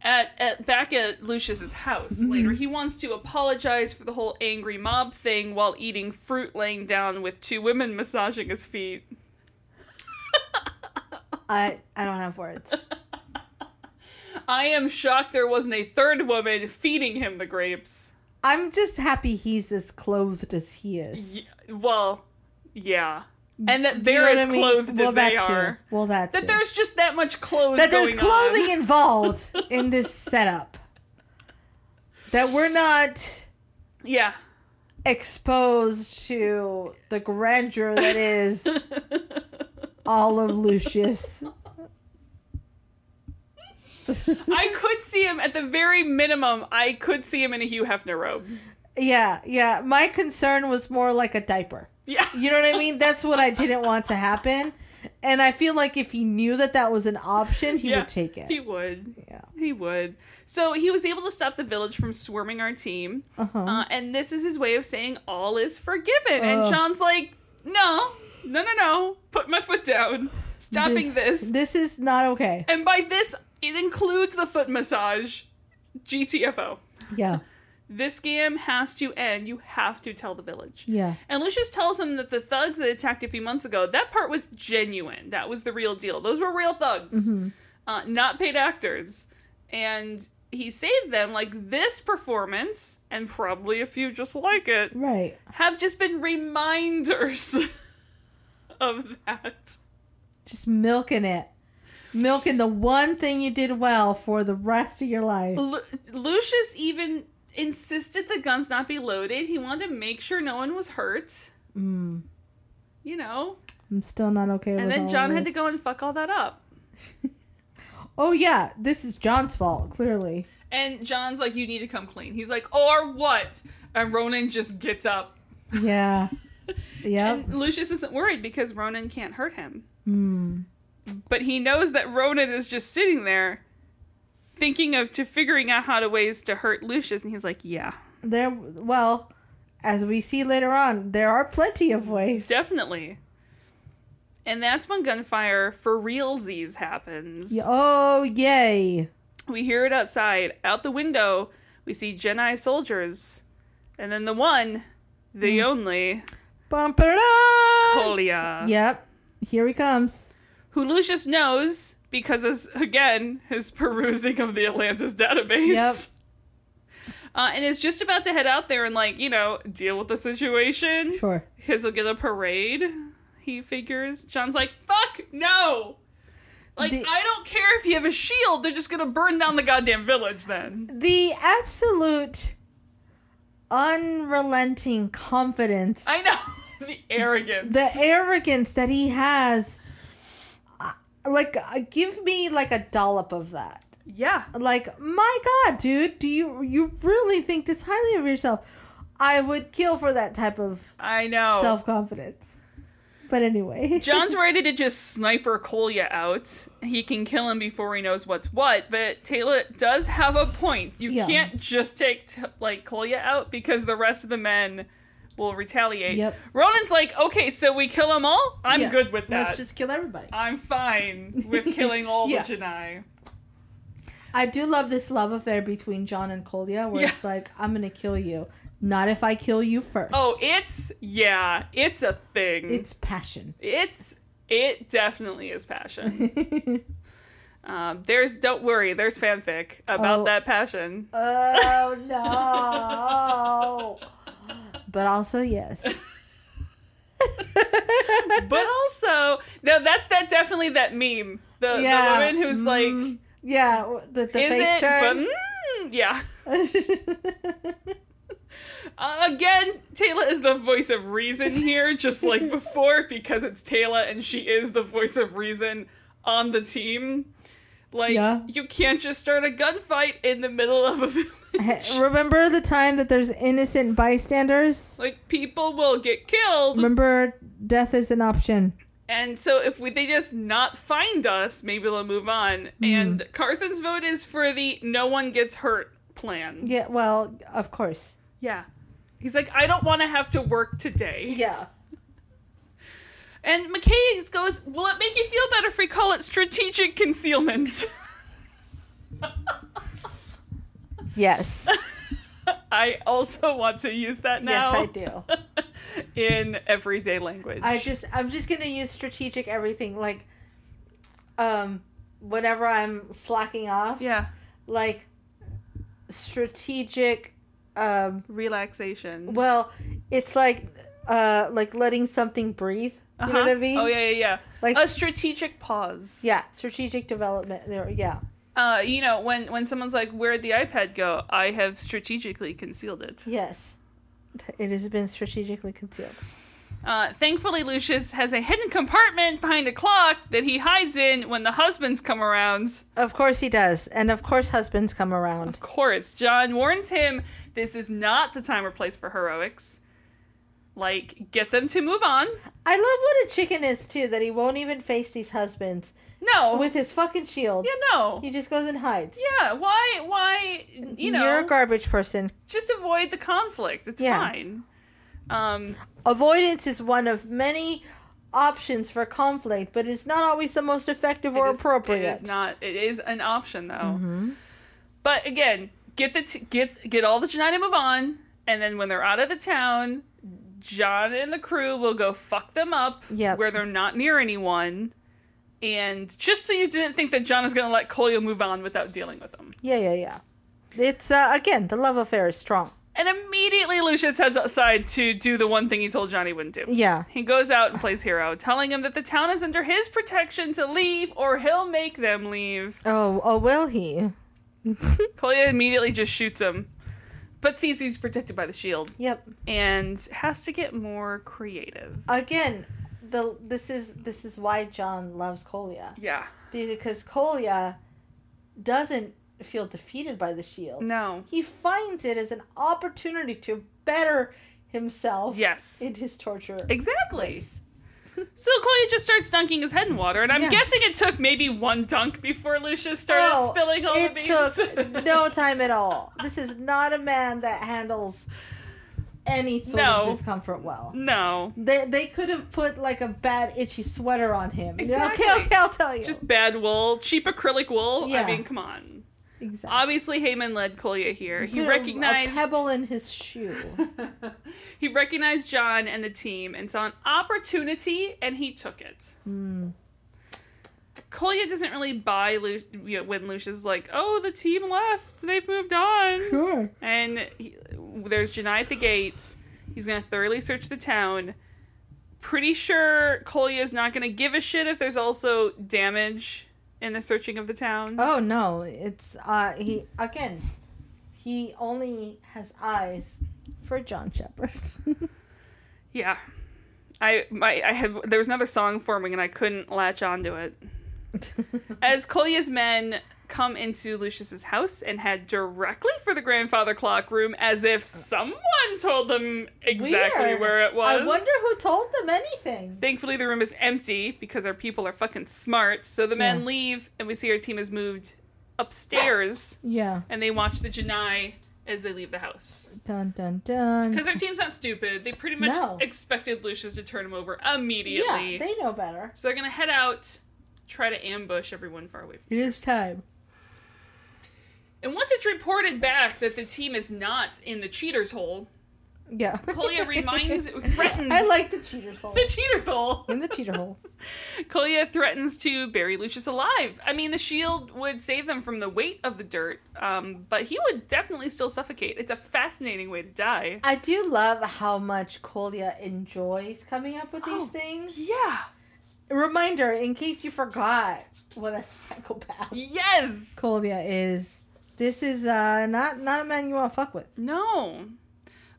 At, at back at Lucius's house Mm-hmm. later, he wants to apologize for the whole angry mob thing while eating fruit, laying down with two women massaging his feet. I I don't have words. I am shocked there wasn't a third woman feeding him the grapes. I'm just happy he's as clothed as he is. Y- well, yeah, and that they're Mm, You know as what I mean? clothed as they that are. Too. Well, that That too. there's just that much clothes. that there's going on. clothing involved in this setup. That we're not Yeah. exposed to the grandeur that is all of Lucius. I could see him at the very minimum. I could see him in a Hugh Hefner robe. Yeah, yeah. My concern was more like a diaper. Yeah. You know what I mean? That's what I didn't want to happen. And I feel like if he knew that that was an option, he Yeah, would take it. He would. Yeah. He would. So he was able to stop the village from swarming our team. Uh-huh. Uh, and this is his way of saying all is forgiven. And Ugh. John's like, no, no, no, no. Put my foot down. Stopping this. This is not okay. And by this, it includes the foot massage. GTFO. Yeah. This scam has to end. You have to tell the village. Yeah. And Lucius tells him that the thugs that attacked a few months ago, that part was genuine. That was the real deal. Those were real thugs, uh, not paid actors. And he saved them. Like this performance, and probably a few just like it, Right. have just been reminders of that. Just milking it. Milking the one thing you did well for the rest of your life. Lu- Lucius even insisted the guns not be loaded. He wanted to make sure no one was hurt. Mm. You know, I'm still not okay with and then all John had to this. go and fuck all that up. Oh yeah, this is John's fault, clearly. And John's like, "You need to come clean." He's like, "Or what?" And Ronan just gets up. Yeah. Yep. And Lucius isn't worried because Ronan can't hurt him. Hmm. But he knows that Ronan is just sitting there, thinking of to figuring out how to ways to hurt Lucius, and he's like, "Yeah, there well, as we see later on, there are plenty of ways. definitely." And that's when gunfire for realsies happens. Y- Oh yay. We hear it outside. Out the window, we see Jedi soldiers, and then the one, the Hmm. only, Bum, ba-da-da! Polia. Yep. Here he comes. who Lucius knows because, his, again, his perusing of the Atlantis database. Uh, and is just about to head out there and, like, you know, deal with the situation. Sure. Because he'll get a parade, he figures. John's like, fuck no! Like, The- I don't care if you have a shield, they're just gonna burn down the goddamn village then. The absolute unrelenting confidence I know! the arrogance. the arrogance that he has I- like uh, give me like a dollop of that yeah. like my god dude do you you really think this highly of yourself i would kill for that type of I know. self-confidence but anyway John's ready to just sniper Kolya out. He can kill him before he knows what's what, but Taylor does have a point. You Yeah. can't just take t- like Kolya out because the rest of the men will retaliate. Yep. Ronan's like, "Okay, so we kill them all? I'm Yeah. good with that. let's just kill everybody I'm fine with killing all Yeah. the Janai." i do love this love affair between john and kolya where Yeah. it's like i'm gonna kill you not if i kill you first Oh, it's yeah, it's a thing. it's passion It's it definitely is passion. um, there's don't worry, there's fanfic about Oh. that passion. oh no but also yes But also, no, that's that definitely that meme. The, Yeah. the woman who's like, Mm, yeah w- the, the is it? face But, mm, yeah. turn Uh, again, Taylor is the voice of reason here, just like before, because it's Taylor and she is the voice of reason on the team. Like, Yeah. you can't just start a gunfight in the middle of a Hey, village. Remember the time that there's innocent bystanders? like, people will get killed. Remember death is an option. And so if we, they just not find us, maybe they'll move on. Mm-hmm. And Carson's vote is for the no one gets hurt plan. Yeah, well, of course. Yeah. He's like, I don't want to have to work today. Yeah. And McKay goes, Will it make you feel better if we call it strategic concealment? Yes. I also want to use that now Yes, I do. in everyday language. I just I'm just going to use strategic everything like um whenever I'm slacking off, Yeah. like strategic um Relaxation. well, it's like uh like letting something breathe. You know what I Uh-huh. mean? Oh, yeah, yeah, yeah. Like A strategic pause. yeah, strategic development there. Yeah. uh, you know, when when someone's like, "Where'd the iPad go?" I have strategically concealed it. Yes. It has been strategically concealed. Uh, thankfully, Lucius has a hidden compartment behind a clock that he hides in when the husbands come around. Of course he does. And of course husbands come around. Of course, John warns him this is not the time or place for heroics. Like, get them to move on. I love what a chicken is too, that he won't even face these husbands No, with his fucking shield. Oh. yeah, no, He just goes and hides. yeah. Why, why? You know, You're a garbage person. just avoid the conflict. It's Yeah. fine. Um, Avoidance is one of many options for conflict, but it's not always the most effective or It is- appropriate. It Mm-hmm. is not. It is an option though. But again, get the t- get get all the Janai to move on, and then when they're out of the town, John and the crew will go fuck them up Yep. where they're not near anyone. And just so you didn't think that John is going to let Kolya move on without dealing with him. Yeah, yeah, yeah. It's uh, again, the love affair is strong. And immediately Lucius heads outside to do the one thing he told John he wouldn't do. Yeah. He goes out and plays hero, telling him that the town is under his protection to leave or he'll make them leave. Oh, oh, will he? Kolya immediately just shoots him, but sees he's protected by the shield Yep. and has to get more creative. Again, the this is this is why John loves Colia Yeah. because Colia doesn't feel defeated by the shield. No. He finds it as an opportunity to better himself. Yes. In his torture. Exactly. So Koya just starts dunking his head in water, and I'm Yeah. guessing it took maybe one dunk before Lucius started Oh, spilling all it the beans. took no time at all. This is not a man that handles any sort No. of discomfort well. no. They, they could have put like a bad itchy sweater on him. Exactly. Okay, okay, I'll tell you. Just bad wool, cheap acrylic wool. I Yeah. mean, come on. exactly. Obviously, Heyman led Kolya here. He Put a- recognized a pebble in his shoe. he recognized John and the team and saw an opportunity, and he took it. Kolya doesn't really buy Lu- you know, when Lucius is like, "Oh, the team left. They've moved on." Sure. And he, there's Janai at the gate. He's going to thoroughly search the town. Pretty sure Kolya is not going to give a shit if there's also damage in the searching of the town. Oh no, it's uh he again. He only has eyes for John Shepard. Yeah. I my I had there was another song forming and I couldn't latch onto it. As Kolya's men come into Lucius's house and head directly for the grandfather clock room as if someone told them exactly Weird. where it was. I wonder who told them anything. Thankfully, the room is empty because our people are fucking smart. So the men Yeah. leave, and we see our team has moved upstairs, Yeah. and they watch the Janai as they leave the house. Dun dun dun. Because our team's not stupid. They pretty much No. expected Lucius to turn him over Yeah, immediately. they know better. so they're going to head out, try to ambush everyone far away. From- It is time. and once it's reported back that the team is not in the cheater's hole, Yeah. Kolya reminds, threatens I like the cheater soul. the cheater's hole. In the cheater hole. Kolya threatens to bury Lucius alive. I mean, the shield would save them from the weight of the dirt, um, but he would definitely still suffocate. It's a fascinating way to die. I do love how much Kolya enjoys coming up with these Oh. things. Yeah. Reminder, in case you forgot what a psychopath Yes. Kolya is. This is uh not not a man you want to fuck with. No.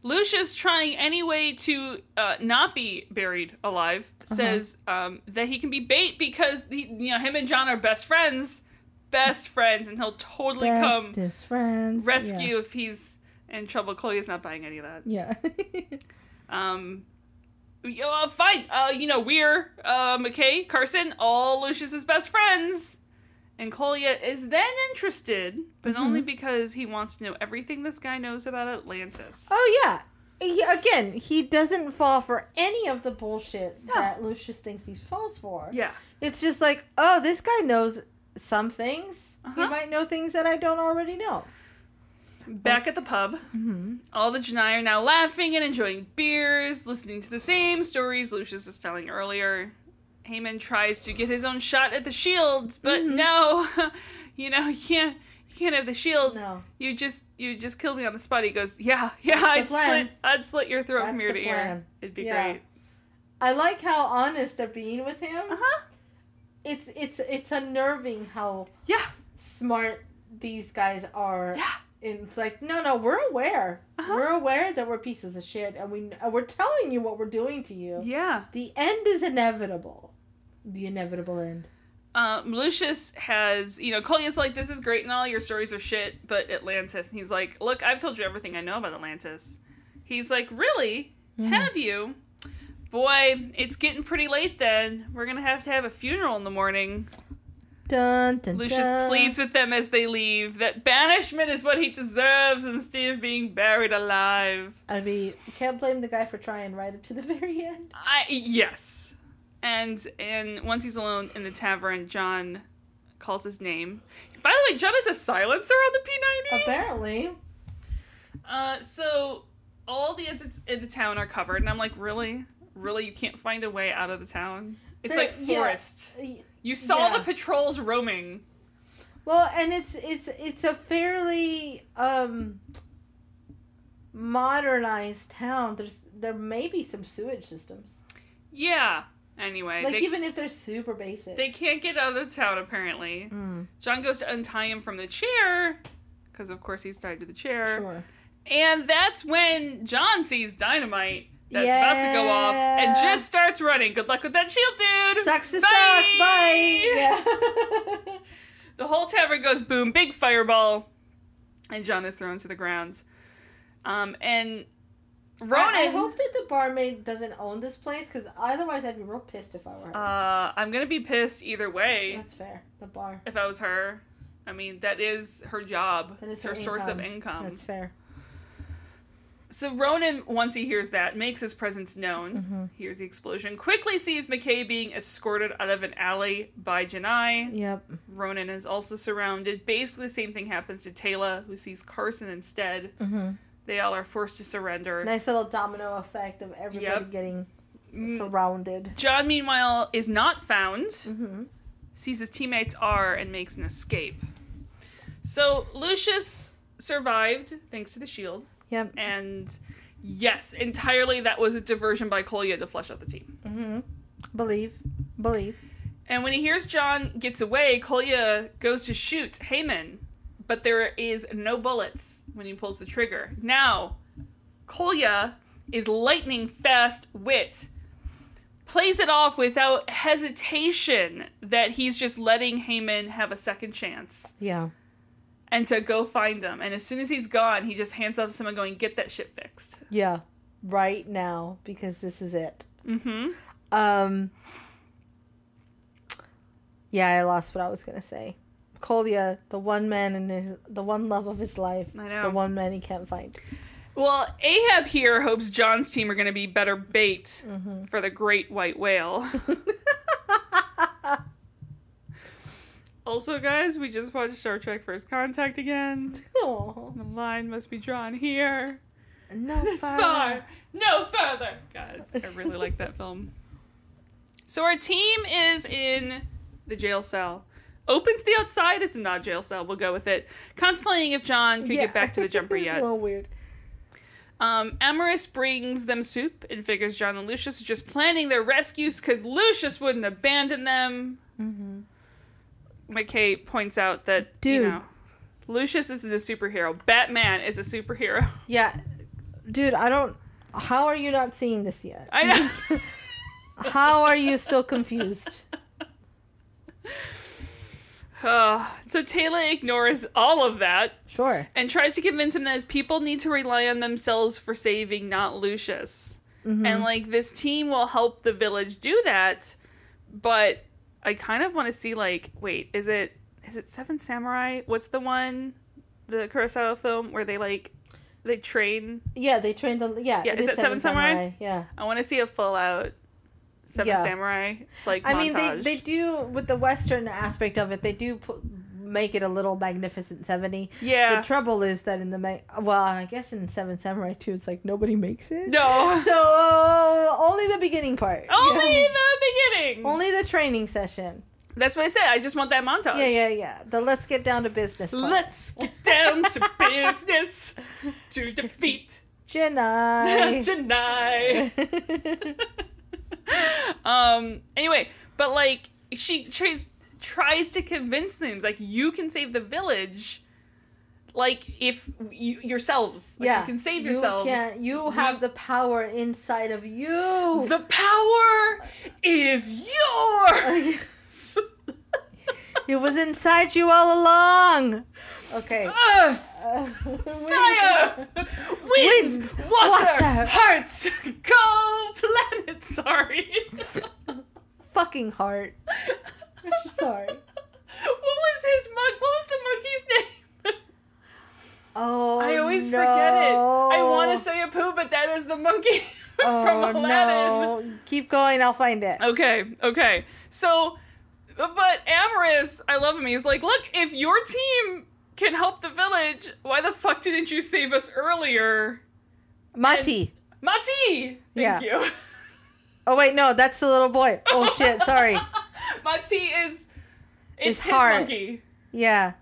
Lucius, trying any way to uh, not be buried alive, says um, that he can be bait because he, you know him and John are best friends, best friends, and he'll totally come Bestest friends. Yeah. rescue if he's in trouble. Kolya's not buying any of that. Yeah. Um, y- uh, fine. Uh, you know, we're uh, McKay, Carson, all Lucius's best friends. And Kolya is then interested, but Mm-hmm. only because he wants to know everything this guy knows about Atlantis. oh yeah. He, again, he doesn't fall for any of the bullshit that Lucius thinks he falls for. Yeah. It's just like, oh, this guy knows some things. Uh-huh. He might know things that I don't already know. Back at the pub, Mm-hmm. all the Janai are now laughing and enjoying beers, listening to the same stories Lucius was telling earlier. Heyman tries to get his own shot at the shield, but Mm-hmm. no, you know, you can't, you can't have the shield. No. You just you just killed me on the spot. He goes, yeah, yeah. I'd the plan. slit I'd slit your throat from That's ear the to ear. plan. It'd be Yeah. great. I like how honest they're being with him. Uh huh. It's it's it's unnerving how Yeah. smart these guys are. Yeah. It's like, no, no, we're aware. We're aware that we're pieces of shit, and we and we're telling you what we're doing to you. Yeah. The end is inevitable. The inevitable end. Um, Lucius has, you know, Kolya's like, this is great and all, your stories are shit, but Atlantis. And he's like, look, I've told you everything I know about Atlantis. He's like, really? Have you? Boy, it's getting pretty late then. We're going to have to have a funeral in the morning. Dun, dun, Lucius dun. pleads with them as they leave that banishment is what he deserves instead of being buried alive. I mean, you can't blame the guy for trying right up to the very end. I yes. And and once he's alone in the tavern, John calls his name. By the way, John is a silencer on the P ninety. Apparently, Uh, so all the exits in the town are covered, and I'm like, really, really, you can't find a way out of the town. It's There- like yeah. forest. You saw yeah. the patrols roaming. Well, and it's it's it's a fairly um modernized town. There's there may be some sewage systems. Yeah. Anyway, Like they, even if they're super basic. they can't get out of the town apparently. Mm, John goes to untie him from the chair, because of course he's tied to the chair. sure. And that's when John sees dynamite. that's about to go off and Yeah. just starts running. Good luck with that shield, dude. Sucks to Bye. suck. Bye. Yeah. The whole tavern goes boom, big fireball, and John is thrown to the ground. Um, and Ronan, I, I hope that the barmaid doesn't own this place because otherwise I'd be real pissed if I were her. uh, I'm gonna be pissed either way That's fair. The bar. if I was her. I mean, that is her job. That is It's her her, source of income. income. That's fair. So Ronan, once he hears that, makes his presence known. Hears the explosion. Quickly sees McKay being escorted out of an alley by Janai. Yep. Ronan is also surrounded. Basically, the same thing happens to Taylor, who sees Carson instead. They all are forced to surrender. Nice little domino effect of everybody Yep. getting Mm. surrounded. John, meanwhile, is not found. Mm-hmm. Sees his teammates are and makes an escape. So Lucius survived thanks to the shield. Yep. And yes, entirely that was a diversion by Collier to flush out the team. Believe. Believe. And when he hears John gets away, Kolya goes to shoot Heyman, but there is no bullets when he pulls the trigger. Now, Kolya is lightning fast wit, plays it off without hesitation that he's just letting Heyman have a second chance Yeah. and to go find him. And as soon as he's gone, he just hands off to someone going, get that shit fixed. Yeah. Right now, because this is it. Mm-hmm. Um. Yeah, I lost what I was gonna say. Kolya, the one man in his, the one love of his life, I know. the one man he can't find. Well, Ahab here hopes John's team are going to be better bait for the great white whale. also, guys, we just watched Star Trek First Contact again. Oh, The line must be drawn here. No Far, no further. God, I really like that film. So, our team is in the jail cell. Opens the outside. It's not jail cell. We'll go with it. Contemplating if John could get back to the jumper It's yet. A little weird. Um, Amaris brings them soup and figures John and Lucius are just planning their rescues because Lucius wouldn't abandon them. Mm-hmm. McKay points out that you Dude. know Lucius isn't a superhero. Batman is a superhero. Yeah, dude, I don't. How are you not seeing this yet? I know. How are you still confused? Ugh. so Taylor ignores all of that Sure. and tries to convince him that his people need to rely on themselves for saving, not Lucius. Mm-hmm. And like this team will help the village do that, but I kind of want to see like, wait, is it is it Seven Samurai? What's the one, the Kurosawa film where they like they train? Yeah, they trained on. Yeah, Yeah, is it Seven Samurai? Yeah. I want to see a full out Seven Yeah. Samurai like I montage. mean, they, they do with the Western aspect of it. They do put, make it a little Magnificent Seventy. yeah. The trouble is that in the ma- well, I guess in Seven Samurai too, it's like nobody makes it. no. So only the beginning part. Only Yeah. the beginning. only the training session. That's what I said. I just want that montage. Yeah, yeah, yeah. The let's get down to business. Part. Let's get down to business to defeat Janai. Janai. um. Anyway, but like she tries tries to convince them, like you can save the village, like if you yourselves, like, yeah, you can save you yourselves. can- you have the power inside of you. The power is yours. it was inside you all along. Okay. Earth, fire, wind, Wind, water, water. hearts, go planet. Sorry. fucking heart. Sorry. What was his mug? What was the monkey's name? Oh, I always no. forget it. I want to say a poo, but that is the monkey Oh, from Aladdin. No. Keep going. I'll find it. Okay, okay. So, but Amaris, I love him. He's like, look, if your team can help the village, why the fuck didn't you save us earlier? Mati. Mati! Thank Yeah. you. Oh wait, no, that's the little boy. Oh shit, sorry. Mati is. It's It's his hard. monkey. Yeah.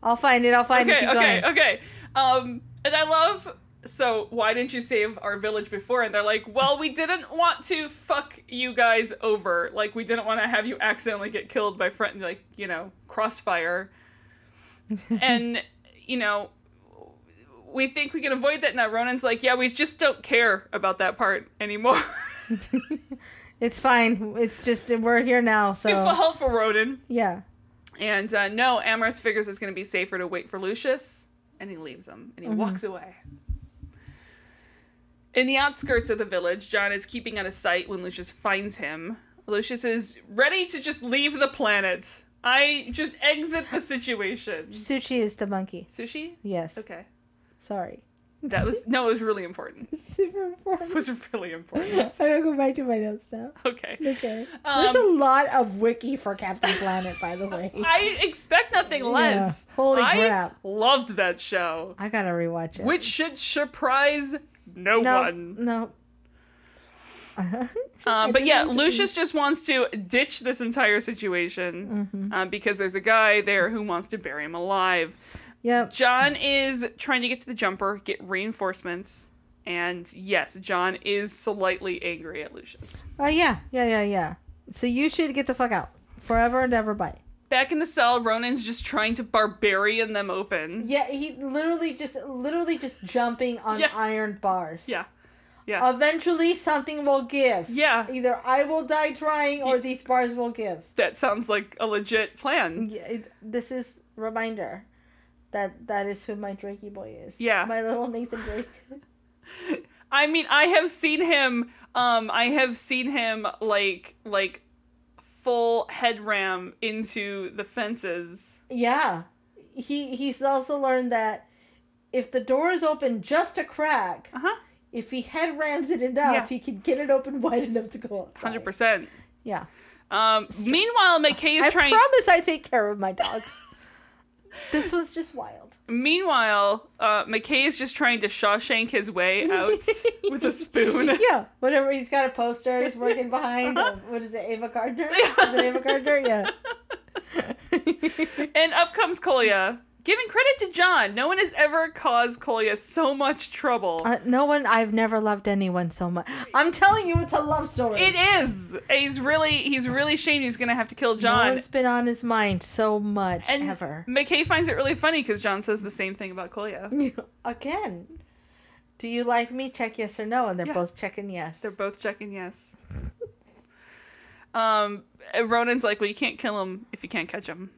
I'll find it. I'll find it. Okay, Keep okay, going. okay. Um, and I love. So why didn't you save our village before? And they're like, well, we didn't want to fuck you guys over. Like we didn't want to have you accidentally get killed by friend, like you know, crossfire. and you know, we think we can avoid that now. Ronan's like, yeah, we just don't care about that part anymore. It's fine. It's just we're here now. Super So helpful, Ronan. yeah. And uh, no, Amorous figures it's going to be safer to wait for Lucius, and he leaves him and he Mm-hmm. walks away. In the outskirts of the village, John is keeping out of sight when Lucius finds him. Lucius is ready to just leave the planet. I just exit the situation. Sushi is the monkey. Sushi? Yes. Okay. Sorry. That was no, it was really important. It Super important. was really important. I'm gonna go back to my notes now. Okay. Okay. Um, There's a lot of wiki for Captain Planet, by the way. I expect nothing less. Holy I crap. loved that show. I gotta rewatch it. Which should surprise no no, one. no. Um, but yeah, Lucius just wants to ditch this entire situation um, because there's a guy there who wants to bury him alive. Yep. John is trying to get to the jumper, get reinforcements, and yes, John is slightly angry at Lucius. Oh yeah, yeah, yeah, yeah. So you should get the fuck out forever and ever. Bye. Back in the cell, Ronan's just trying to barbarian them open. Yeah, he literally just literally just jumping on Yes. iron bars. Yeah. Yeah. Eventually something will give. yeah. Either I will die trying or these bars will give. That sounds like a legit plan. Yeah, it, this is reminder that that is who my Drakey boy is. Yeah. My little Nathan Drake. I mean, I have seen him. Um, I have seen him like like full head ram into the fences. yeah. He he's also learned that if the door is open just a crack, Uh huh. if he head rams it enough, Yeah. he can get it open wide enough to go outside. Hundred percent. Yeah. Um. Meanwhile, McKay is I trying. promise I take care of my dogs. this was just wild. meanwhile, uh, McKay is just trying to Shawshank his way out with a spoon. Yeah, whatever. He's got a poster. He's working behind. Uh-huh. uh, what is it, Ava Gardner? Is it Ava Gardner? Yeah. And up comes Kolya. Giving credit to John, no one has ever caused Kolya so much trouble. Uh, no one. I've never loved anyone so much. I'm telling you, it's a love story. it is. He's really, he's really shamed. He's gonna have to kill No John. one's been on his mind so much and ever. McKay finds it really funny because John says the same thing about Kolya. Again. Do you like me? Check yes or no. And they're Yeah. both checking yes. They're both checking yes. um, and Ronan's like, well, you can't kill him if you can't catch him.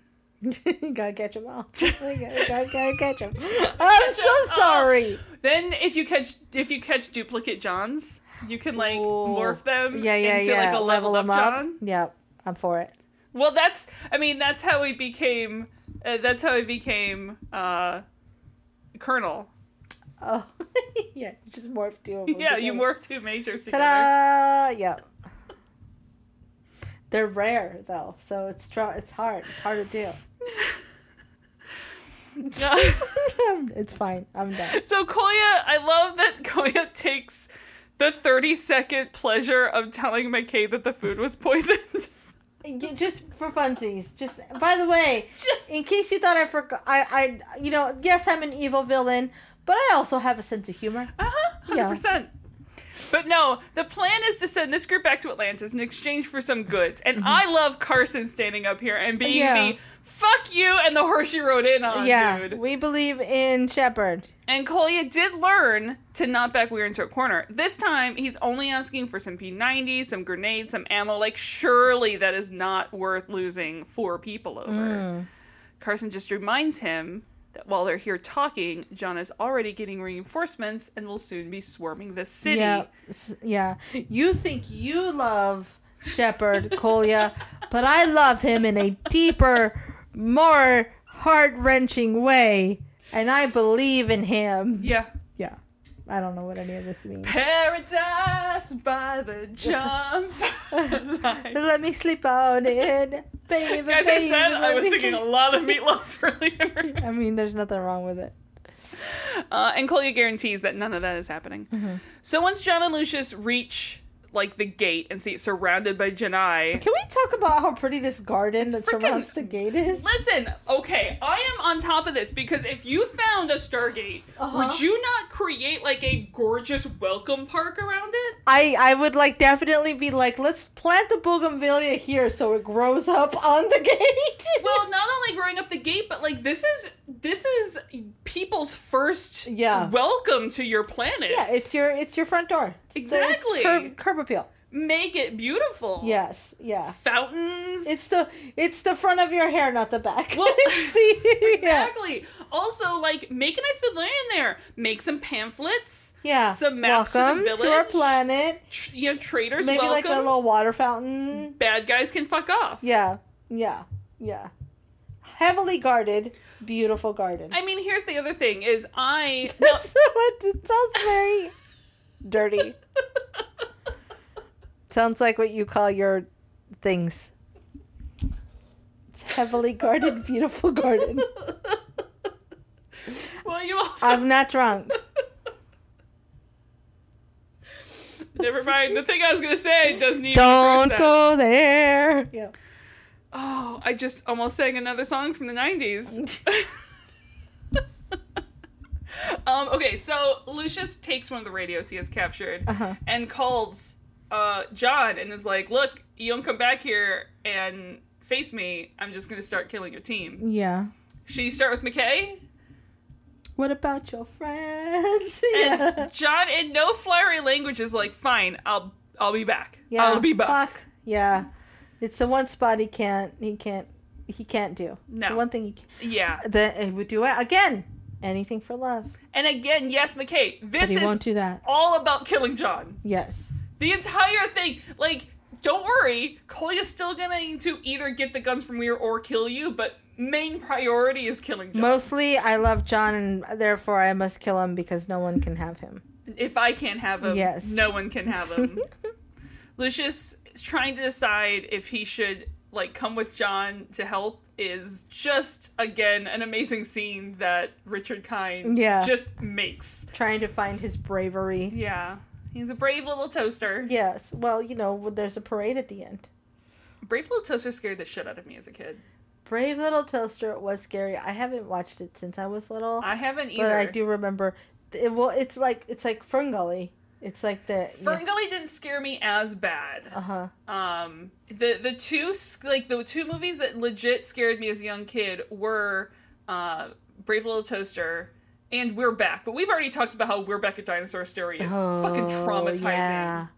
You gotta catch them all. You gotta, gotta, gotta catch them. I'm so sorry. Then if you catch if you catch duplicate Johns, you can like Ooh. morph them Yeah, yeah, into yeah. like a leveled up, them John. Yep, I'm for it. Well, that's I mean that's how he became uh, that's how he became uh Colonel. Oh, yeah. Just morph two of them. Yeah, you together. morph two majors together. Oh, Ta-da! Yep. They're rare though, so it's tr- it's hard. It's hard to do. it's fine. I'm done. so Koya, I love that Koya takes the 30 second pleasure of telling McKay that the food was poisoned. Y- Just for funsies. Just by the way, in case you thought I forgot, I I you know yes I'm an evil villain, but I also have a sense of humor. Uh-huh, 100%. But no, the plan is to send this group back to Atlantis in exchange for some goods. And I love Carson standing up here and being Mm-hmm. Yeah. the fuck you and the horse you rode in on, yeah, dude. we believe in Shepard. And Kolya did learn to not back Weir into a corner. This time, he's only asking for some P90, some grenades, some ammo. Like, surely that is not worth losing four people over. Mm. Carson just reminds him that while they're here talking, John is already getting reinforcements and will soon be swarming the city. Yeah, s- yeah. You think you love Shepard Kolya, but I love him in a deeper, more heart wrenching way, and I believe in him. Yeah. Yeah, I don't know what any of this means. Paradise by the jump. Line. Let me sleep on it, baby. As I baby, said, I let was me singing a sleep- lot of meatloaf earlier. I mean, there's nothing wrong with it. Uh, and Kolya guarantees that none of that is happening. Mm-hmm. So once John and Lucius reach like the gate and see it surrounded by Janai. Can we talk about how pretty this garden that freaking- surrounds the gate is? Listen, okay, I am on top of this because if you Uh-huh. found a Stargate, would you not create like a gorgeous welcome park around it? I I would like definitely be like, let's plant the bougainvillea here so it grows up on the gate. well, not only growing up the gate, but like this is this is people's first Yeah. welcome to your planet. yeah, it's your it's your front door. It's- it's Exactly. curb, curb appeal. make it beautiful. Yes, yeah. Fountains. It's the it's the front of your hair, not the back. Well, It's the- yeah. Exactly. Also, like, make a nice pavilion there. Make some pamphlets. Yeah. Some maps of the welcome to our village. planet. Tr- you know, traders Maybe welcome. like a little water fountain. Bad guys can fuck off. Yeah, yeah, yeah. Heavily guarded, beautiful garden. I mean, here's the other thing: is I no, That's so much. It sounds very dirty. Sounds like what you call your things. It's heavily guarded, beautiful garden. well, you also I'm not drunk. never mind. The thing I was gonna say doesn't even. Don't address that. go there. Yeah. Oh, I just almost sang another song from the 90s. um, okay, so Lucius takes one of the radios he has captured Uh-huh. and calls uh, John and is like, Look, you don't come back here and face me. I'm just going to start killing your team. Yeah. Should you start with McKay? What about your friends? Yeah. And John, in no flowery language, is like, Fine, I'll, I'll be back. I'll be back. Fuck. Yeah. It's the one spot he can't. He can't. He can't do. No. The one thing he can't. Yeah. Then he would do it again. Anything for love. And again, yes, McKay, this He is won't do that. all about killing John. Yes. The entire thing, like, don't worry, Kolya's still gonna to either get the guns from Weir or kill you, but main priority is killing John. Mostly, I love John, and therefore I must kill him because no one can have him. if I can't have him, Yes. no one can have him. Lucius is trying to decide if he should like come with John to help is just again an amazing scene that Richard Kind Yeah. just makes. Trying to find his bravery. Yeah. He's a brave little toaster. Yes. Well, you know, well, there's a parade at the end. Brave little toaster scared the shit out of me as a kid. Brave Little Toaster was scary. I haven't watched it since I was little, I haven't either. but I do remember. It, well, it's like it's like Ferngully. It's like the Ferngully didn't scare me as bad. Uh huh. um the the two s- like the two movies that legit scared me as a young kid were uh brave little toaster and we're back but we've already talked about how we're back at dinosaur story is Oh, fucking traumatizing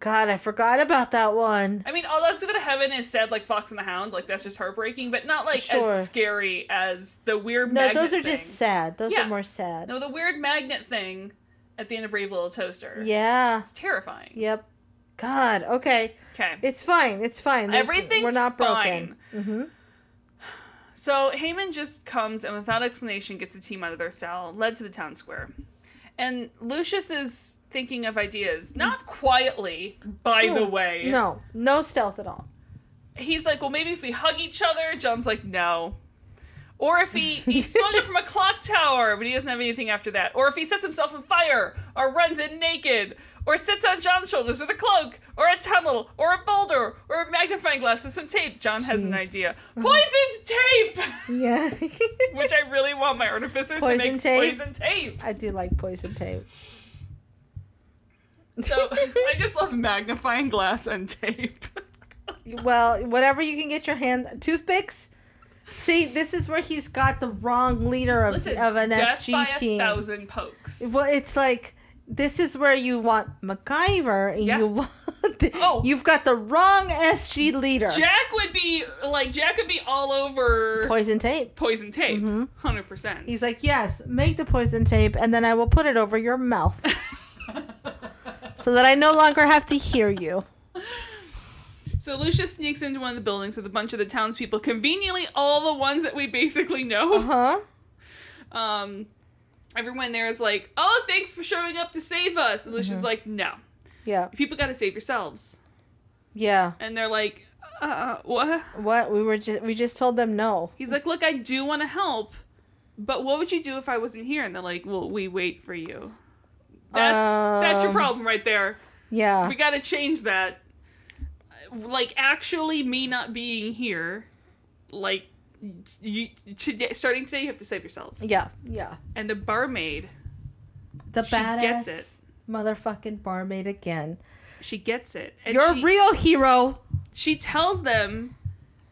God, I forgot about that one. i mean all that's gonna heaven is said like fox and the hound like that's just heartbreaking but not like Sure. as scary as the weird No, magnet those are thing. just sad. Those Yeah. are more sad. no the weird magnet thing at the end of brave little toaster Yeah. it's terrifying Yep. God. Okay. okay It's fine. It's fine. There's- Everything's we're not broken. Mm-hmm. fine. So Haman just comes and without explanation gets the team out of their cell, led to the town square. And Lucius is thinking of ideas, not quietly, by the way. Mm. Hmm. No, no stealth at all. He's like, well, maybe if we hug each other. John's like, no. Or if he, he swung it from a clock tower, but he doesn't have anything after that. Or if he sets himself on fire, or runs in naked, or sits on John's shoulders with a cloak, or a tunnel, or a boulder, or a magnifying glass with some tape. John has an idea. Uh-huh. Poisoned tape! Yeah. which I really want my artificer Poison to make tape. poison tape. I do like poison tape. So I just love magnifying glass and tape. Well, whatever you can get your hand toothpicks. See, this is where he's got the wrong leader of Listen, of an death SG by team. a thousand pokes. Well, it's like this is where you want MacGyver and Yeah. you want the, Oh. you've got the wrong SG leader. Jack would be like Jack would be all over poison tape. poison tape, 100 percent. He's like, "Yes, make the poison tape and then I will put it over your mouth so that I no longer have to hear you." So Lucius sneaks into one of the buildings with a bunch of the townspeople, conveniently all the ones that we basically know. Huh? Um, everyone there is like, "Oh, thanks for showing up to save us." And Uh-huh. Lucius is like, "No, Yeah. people got to save yourselves," Yeah. and they're like, "Uh, what?" What? We were just we just told them no. He's like, look, I do want to help, but what would you do if I wasn't here? And they're like, well, we wait for you. That's that's your Um, problem right there. Yeah. We got to change that. Like, actually, me not being here, like, you today, starting today, you have to save yourselves. Yeah. Yeah. And the barmaid The she badass. gets it. motherfucking barmaid again. She gets it. And You're she, a real hero. she tells them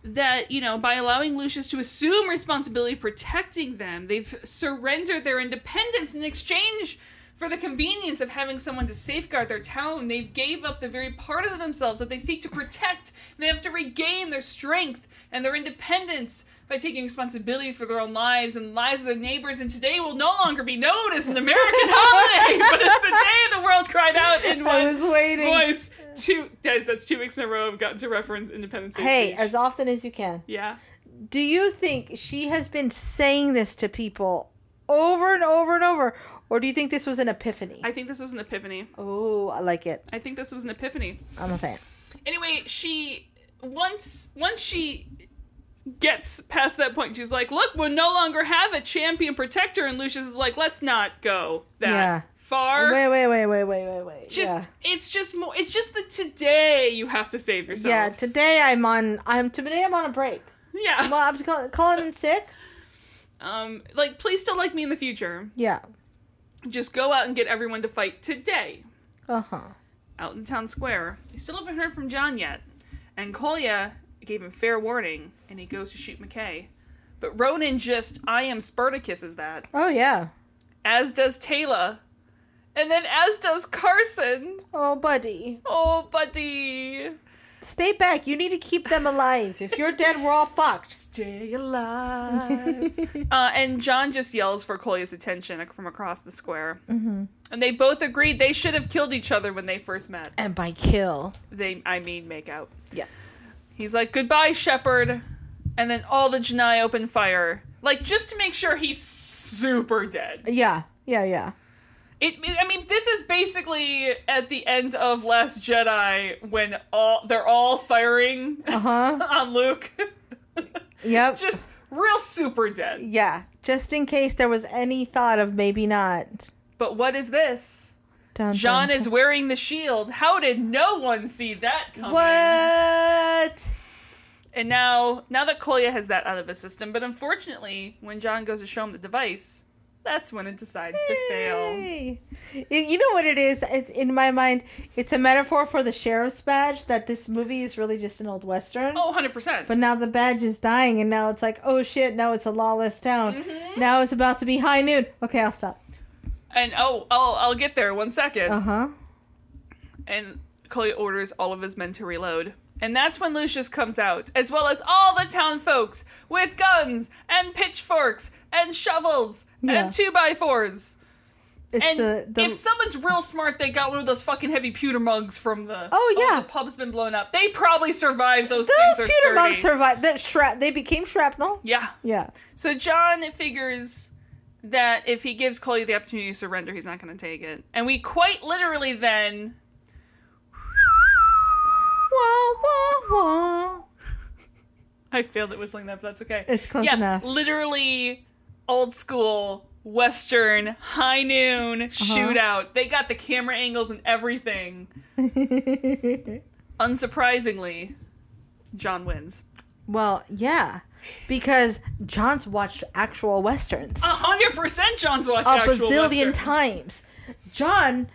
that you know by allowing lucius to assume responsibility protecting them they've surrendered their independence in exchange for the convenience of having someone to safeguard their town they gave up the very part of themselves that they seek to protect and they have to regain their strength and their independence by taking responsibility for their own lives and the lives of their neighbors and today will no longer be known as an american holiday but it's the day the world cried out in I one was waiting. voice two guys that's two weeks in a row i've gotten to reference independence Day Hey, speech. as often as you can. yeah Do you think she has been saying this to people over and over and over? Or do you think this was an epiphany? i think this was an epiphany oh, I like it. i think this was an epiphany I'm a fan. anyway she once once she gets past that point she's like look we no longer have a champion protector and lucius is like let's not go that Yeah. far Wait, wait, wait, wait, wait, wait, wait. just yeah. it's just more it's just the today you have to save yourself yeah, today I'm on I'm today I'm on a break. yeah Well, I'm just call, calling in sick. um like please still like me in the future Yeah. just go out and get everyone to fight today Uh-huh. out in town square. They still haven't heard from John yet, and Kolya gave him fair warning, and he goes to shoot McKay. But Ronan just I am Spartacuses that, Oh yeah. as does Taylor, and then as does Carson. Oh, buddy. Oh, buddy, Stay back. You need to keep them alive. If you're dead, we're all fucked. stay alive. uh, and John just yells for Kolya's attention from across the square, mm-hmm. and they both agreed they should have killed each other when they first met. And by kill. They, I mean, make out. Yeah. He's like, goodbye, Shepard. And then all the Janai open fire. Like, just to make sure he's super dead. Yeah. Yeah, yeah. It, I mean, this is basically at the end of Last Jedi when all they're all firing Uh-huh. on Luke. Yep. just real super dead. yeah. Just in case there was any thought of maybe not. But what is this? Dun, John dun, is wearing the shield. How did no one see that coming? What? And now, now that Kolya has that out of his system, but unfortunately, when John goes to show him the device, that's when it decides to fail. Hey. Y- You know what it is? It's in my mind. It's a metaphor for the sheriff's badge that this movie is really just an old western. Oh, 100%. But now the badge is dying, and now it's like, oh shit! Now it's a lawless town. Mm-hmm. Now it's about to be high noon. Okay, I'll stop. and oh, I'll, I'll get there one second. Uh huh. And Kolya orders all of his men to reload. And that's when Lucius comes out, as well as all the town folks with guns and pitchforks and shovels Yeah. and two by fours. It's And the, the if someone's real smart, they got one of those fucking heavy pewter mugs from the Oh, yeah. the pub's been blown up. They probably survived those. those things are pewter mugs sturdy. survived. That shrap. They became shrapnel. Yeah. Yeah. So John figures that if he gives Coley the opportunity to surrender, he's not going to take it. And we quite literally then Wah wah wah. I failed at whistling that, but that's okay. It's close yeah, enough. Literally old school western high noon Uh-huh. shootout. They got the camera angles and everything. Unsurprisingly, John wins. Well, yeah, because John's watched actual westerns. A hundred percent, John's watched a Uh, actual bazillion westerns. times. John,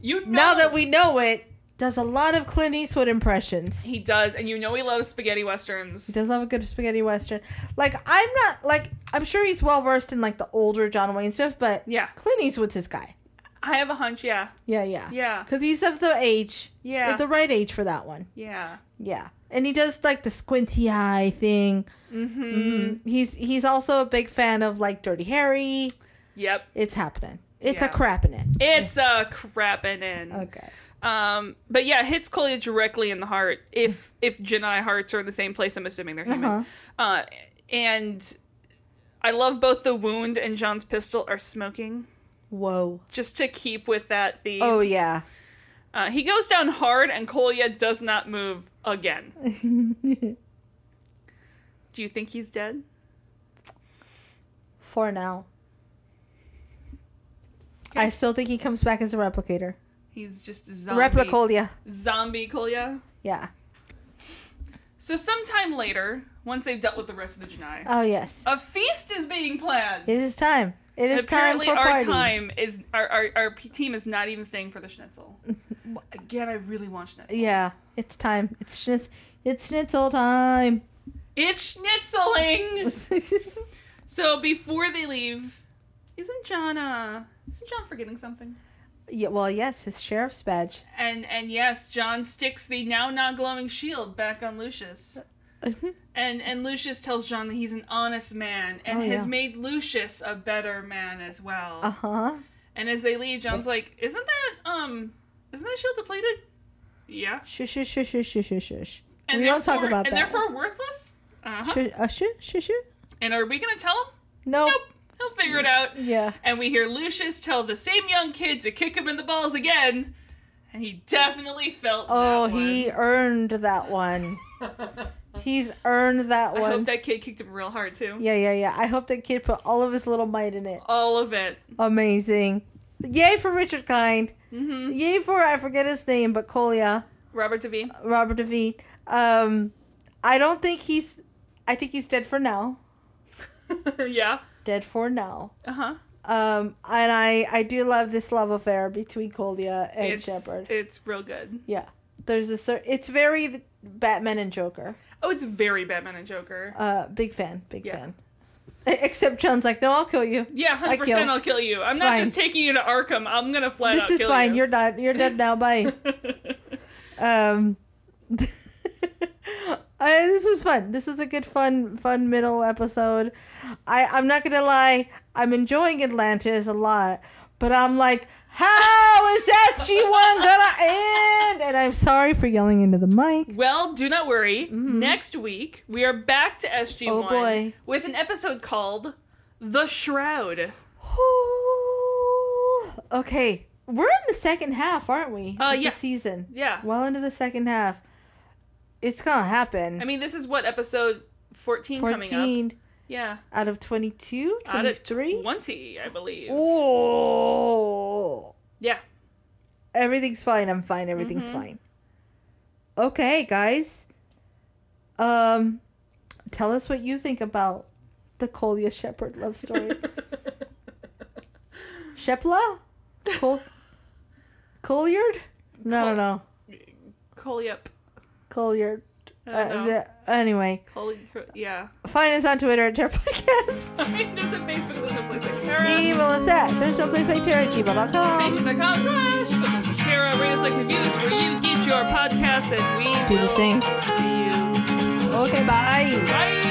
You know now that we know it, does a lot of Clint Eastwood impressions. he does, and you know he loves spaghetti westerns. Does love a good spaghetti western. Like I'm not like I'm sure he's well versed in like the older John Wayne stuff, but Yeah. Clint Eastwood's his guy. I have a hunch. Yeah, Yeah, yeah, Yeah. Because he's of the age, Yeah. like, the right age for that one. yeah. Yeah, and he does like the squinty eye thing. Mm-hmm. He's he's also a big fan of like Dirty Harry. Yep. It's happening. It's a Yeah. crap in it. It's a crapping in. Okay. Um, but yeah, hits Kolya directly in the heart. If if Janai hearts are in the same place, I'm assuming they're Uh-huh. human. uh and I love both the wound and John's pistol are smoking, Whoa. just to keep with that theme. Oh yeah. Uh, he goes down hard, and Kolya does not move again. Do you think he's dead? For now. I still think he comes back as a replicator. Oh, He's just zombie. Replicolia. Zombie Kolya. Yeah. So sometime later, once they've dealt with the rest of the Janai, Oh yes, a feast is being planned. it is time. It is time Apparently, for our party. time is our, our our p- team is not even staying for the schnitzel. Again, I really want schnitzel. Yeah, it's time. It's schnitz. It's schnitzel time. It's schnitzeling. so before they leave, isn't John uh isn't John forgetting something? yeah, well, yes, his sheriff's badge. And and yes, John sticks the now not glowing shield back on Lucius. And and Lucius tells John that he's an honest man and Oh, has yeah. made Lucius a better man as well. Uh huh. And as they leave, John's like, "Isn't that um isn't that shield depleted?" Yeah. Shush, shush, shush, shush, shush, shush, shush. And We don't talk therefore- about and that. therefore worthless? Uh-huh. Shush, uh, shush, shush, shush. And are we going to tell him? No. Nope. He'll figure it out. Yeah. And we hear Lucius tell the same young kid to kick him in the balls again. And he definitely felt Oh, that one. he earned that one. He's earned that I one. hope that kid kicked him real hard too. yeah, yeah, yeah. I hope that kid put all of his little might in it. All of it. Amazing. Yay for Richard Kind. hmm Yay for I forget his name, but Kolya, Robert Devine. Robert Devine. Um, I don't think he's. I think he's dead for now. yeah. Dead for now. Uh huh. Um, and I I do love this love affair between Kolya and It's Shepard. it's real good. Yeah, there's a cer- it's very th- Batman and Joker. Oh, it's very Batman and Joker. Uh, big fan, big Yeah. fan. E-, Except John's like, no, I'll kill you. Yeah, I hundred kill. percent. I'll kill you. I'm It's not fine. just taking you to Arkham. I'm gonna flat This out is kill fine. you. You're not. You're dead now. Bye. um, I, this was fun. This was a good, fun, fun middle episode. I I'm not gonna lie. I'm enjoying Atlantis a lot, but I'm like, how is SG One gonna end? And I'm sorry for yelling into the mic. Well, do not worry. Next week, we are back to SG1 Mm-hmm. Oh, boy. with an episode called The Shroud. okay, we're in the second half, aren't we? Uh, of the yeah. season. Yeah. Well into the second half. It's gonna happen. I mean, this is what episode 14, coming up. 14 Yeah. out of 22 Out of 23 20, I believe. oh Yeah. everything's fine i'm fine everything's Mm-hmm. fine okay guys um tell us what you think about the colia shepherd love story shepla Col- colliard no Col- no no Coley up. colliard I uh, don't know. th- anyway Coley, yeah. find us on twitter at Terror podcast I mean, there's a Facebook, there's a place like Tara. email us at there's no place like terror gmail.com Facebook.com slash Facebook like Tara. Rate us like reviews where you get your podcast and we do the will thing see you. okay bye Bye.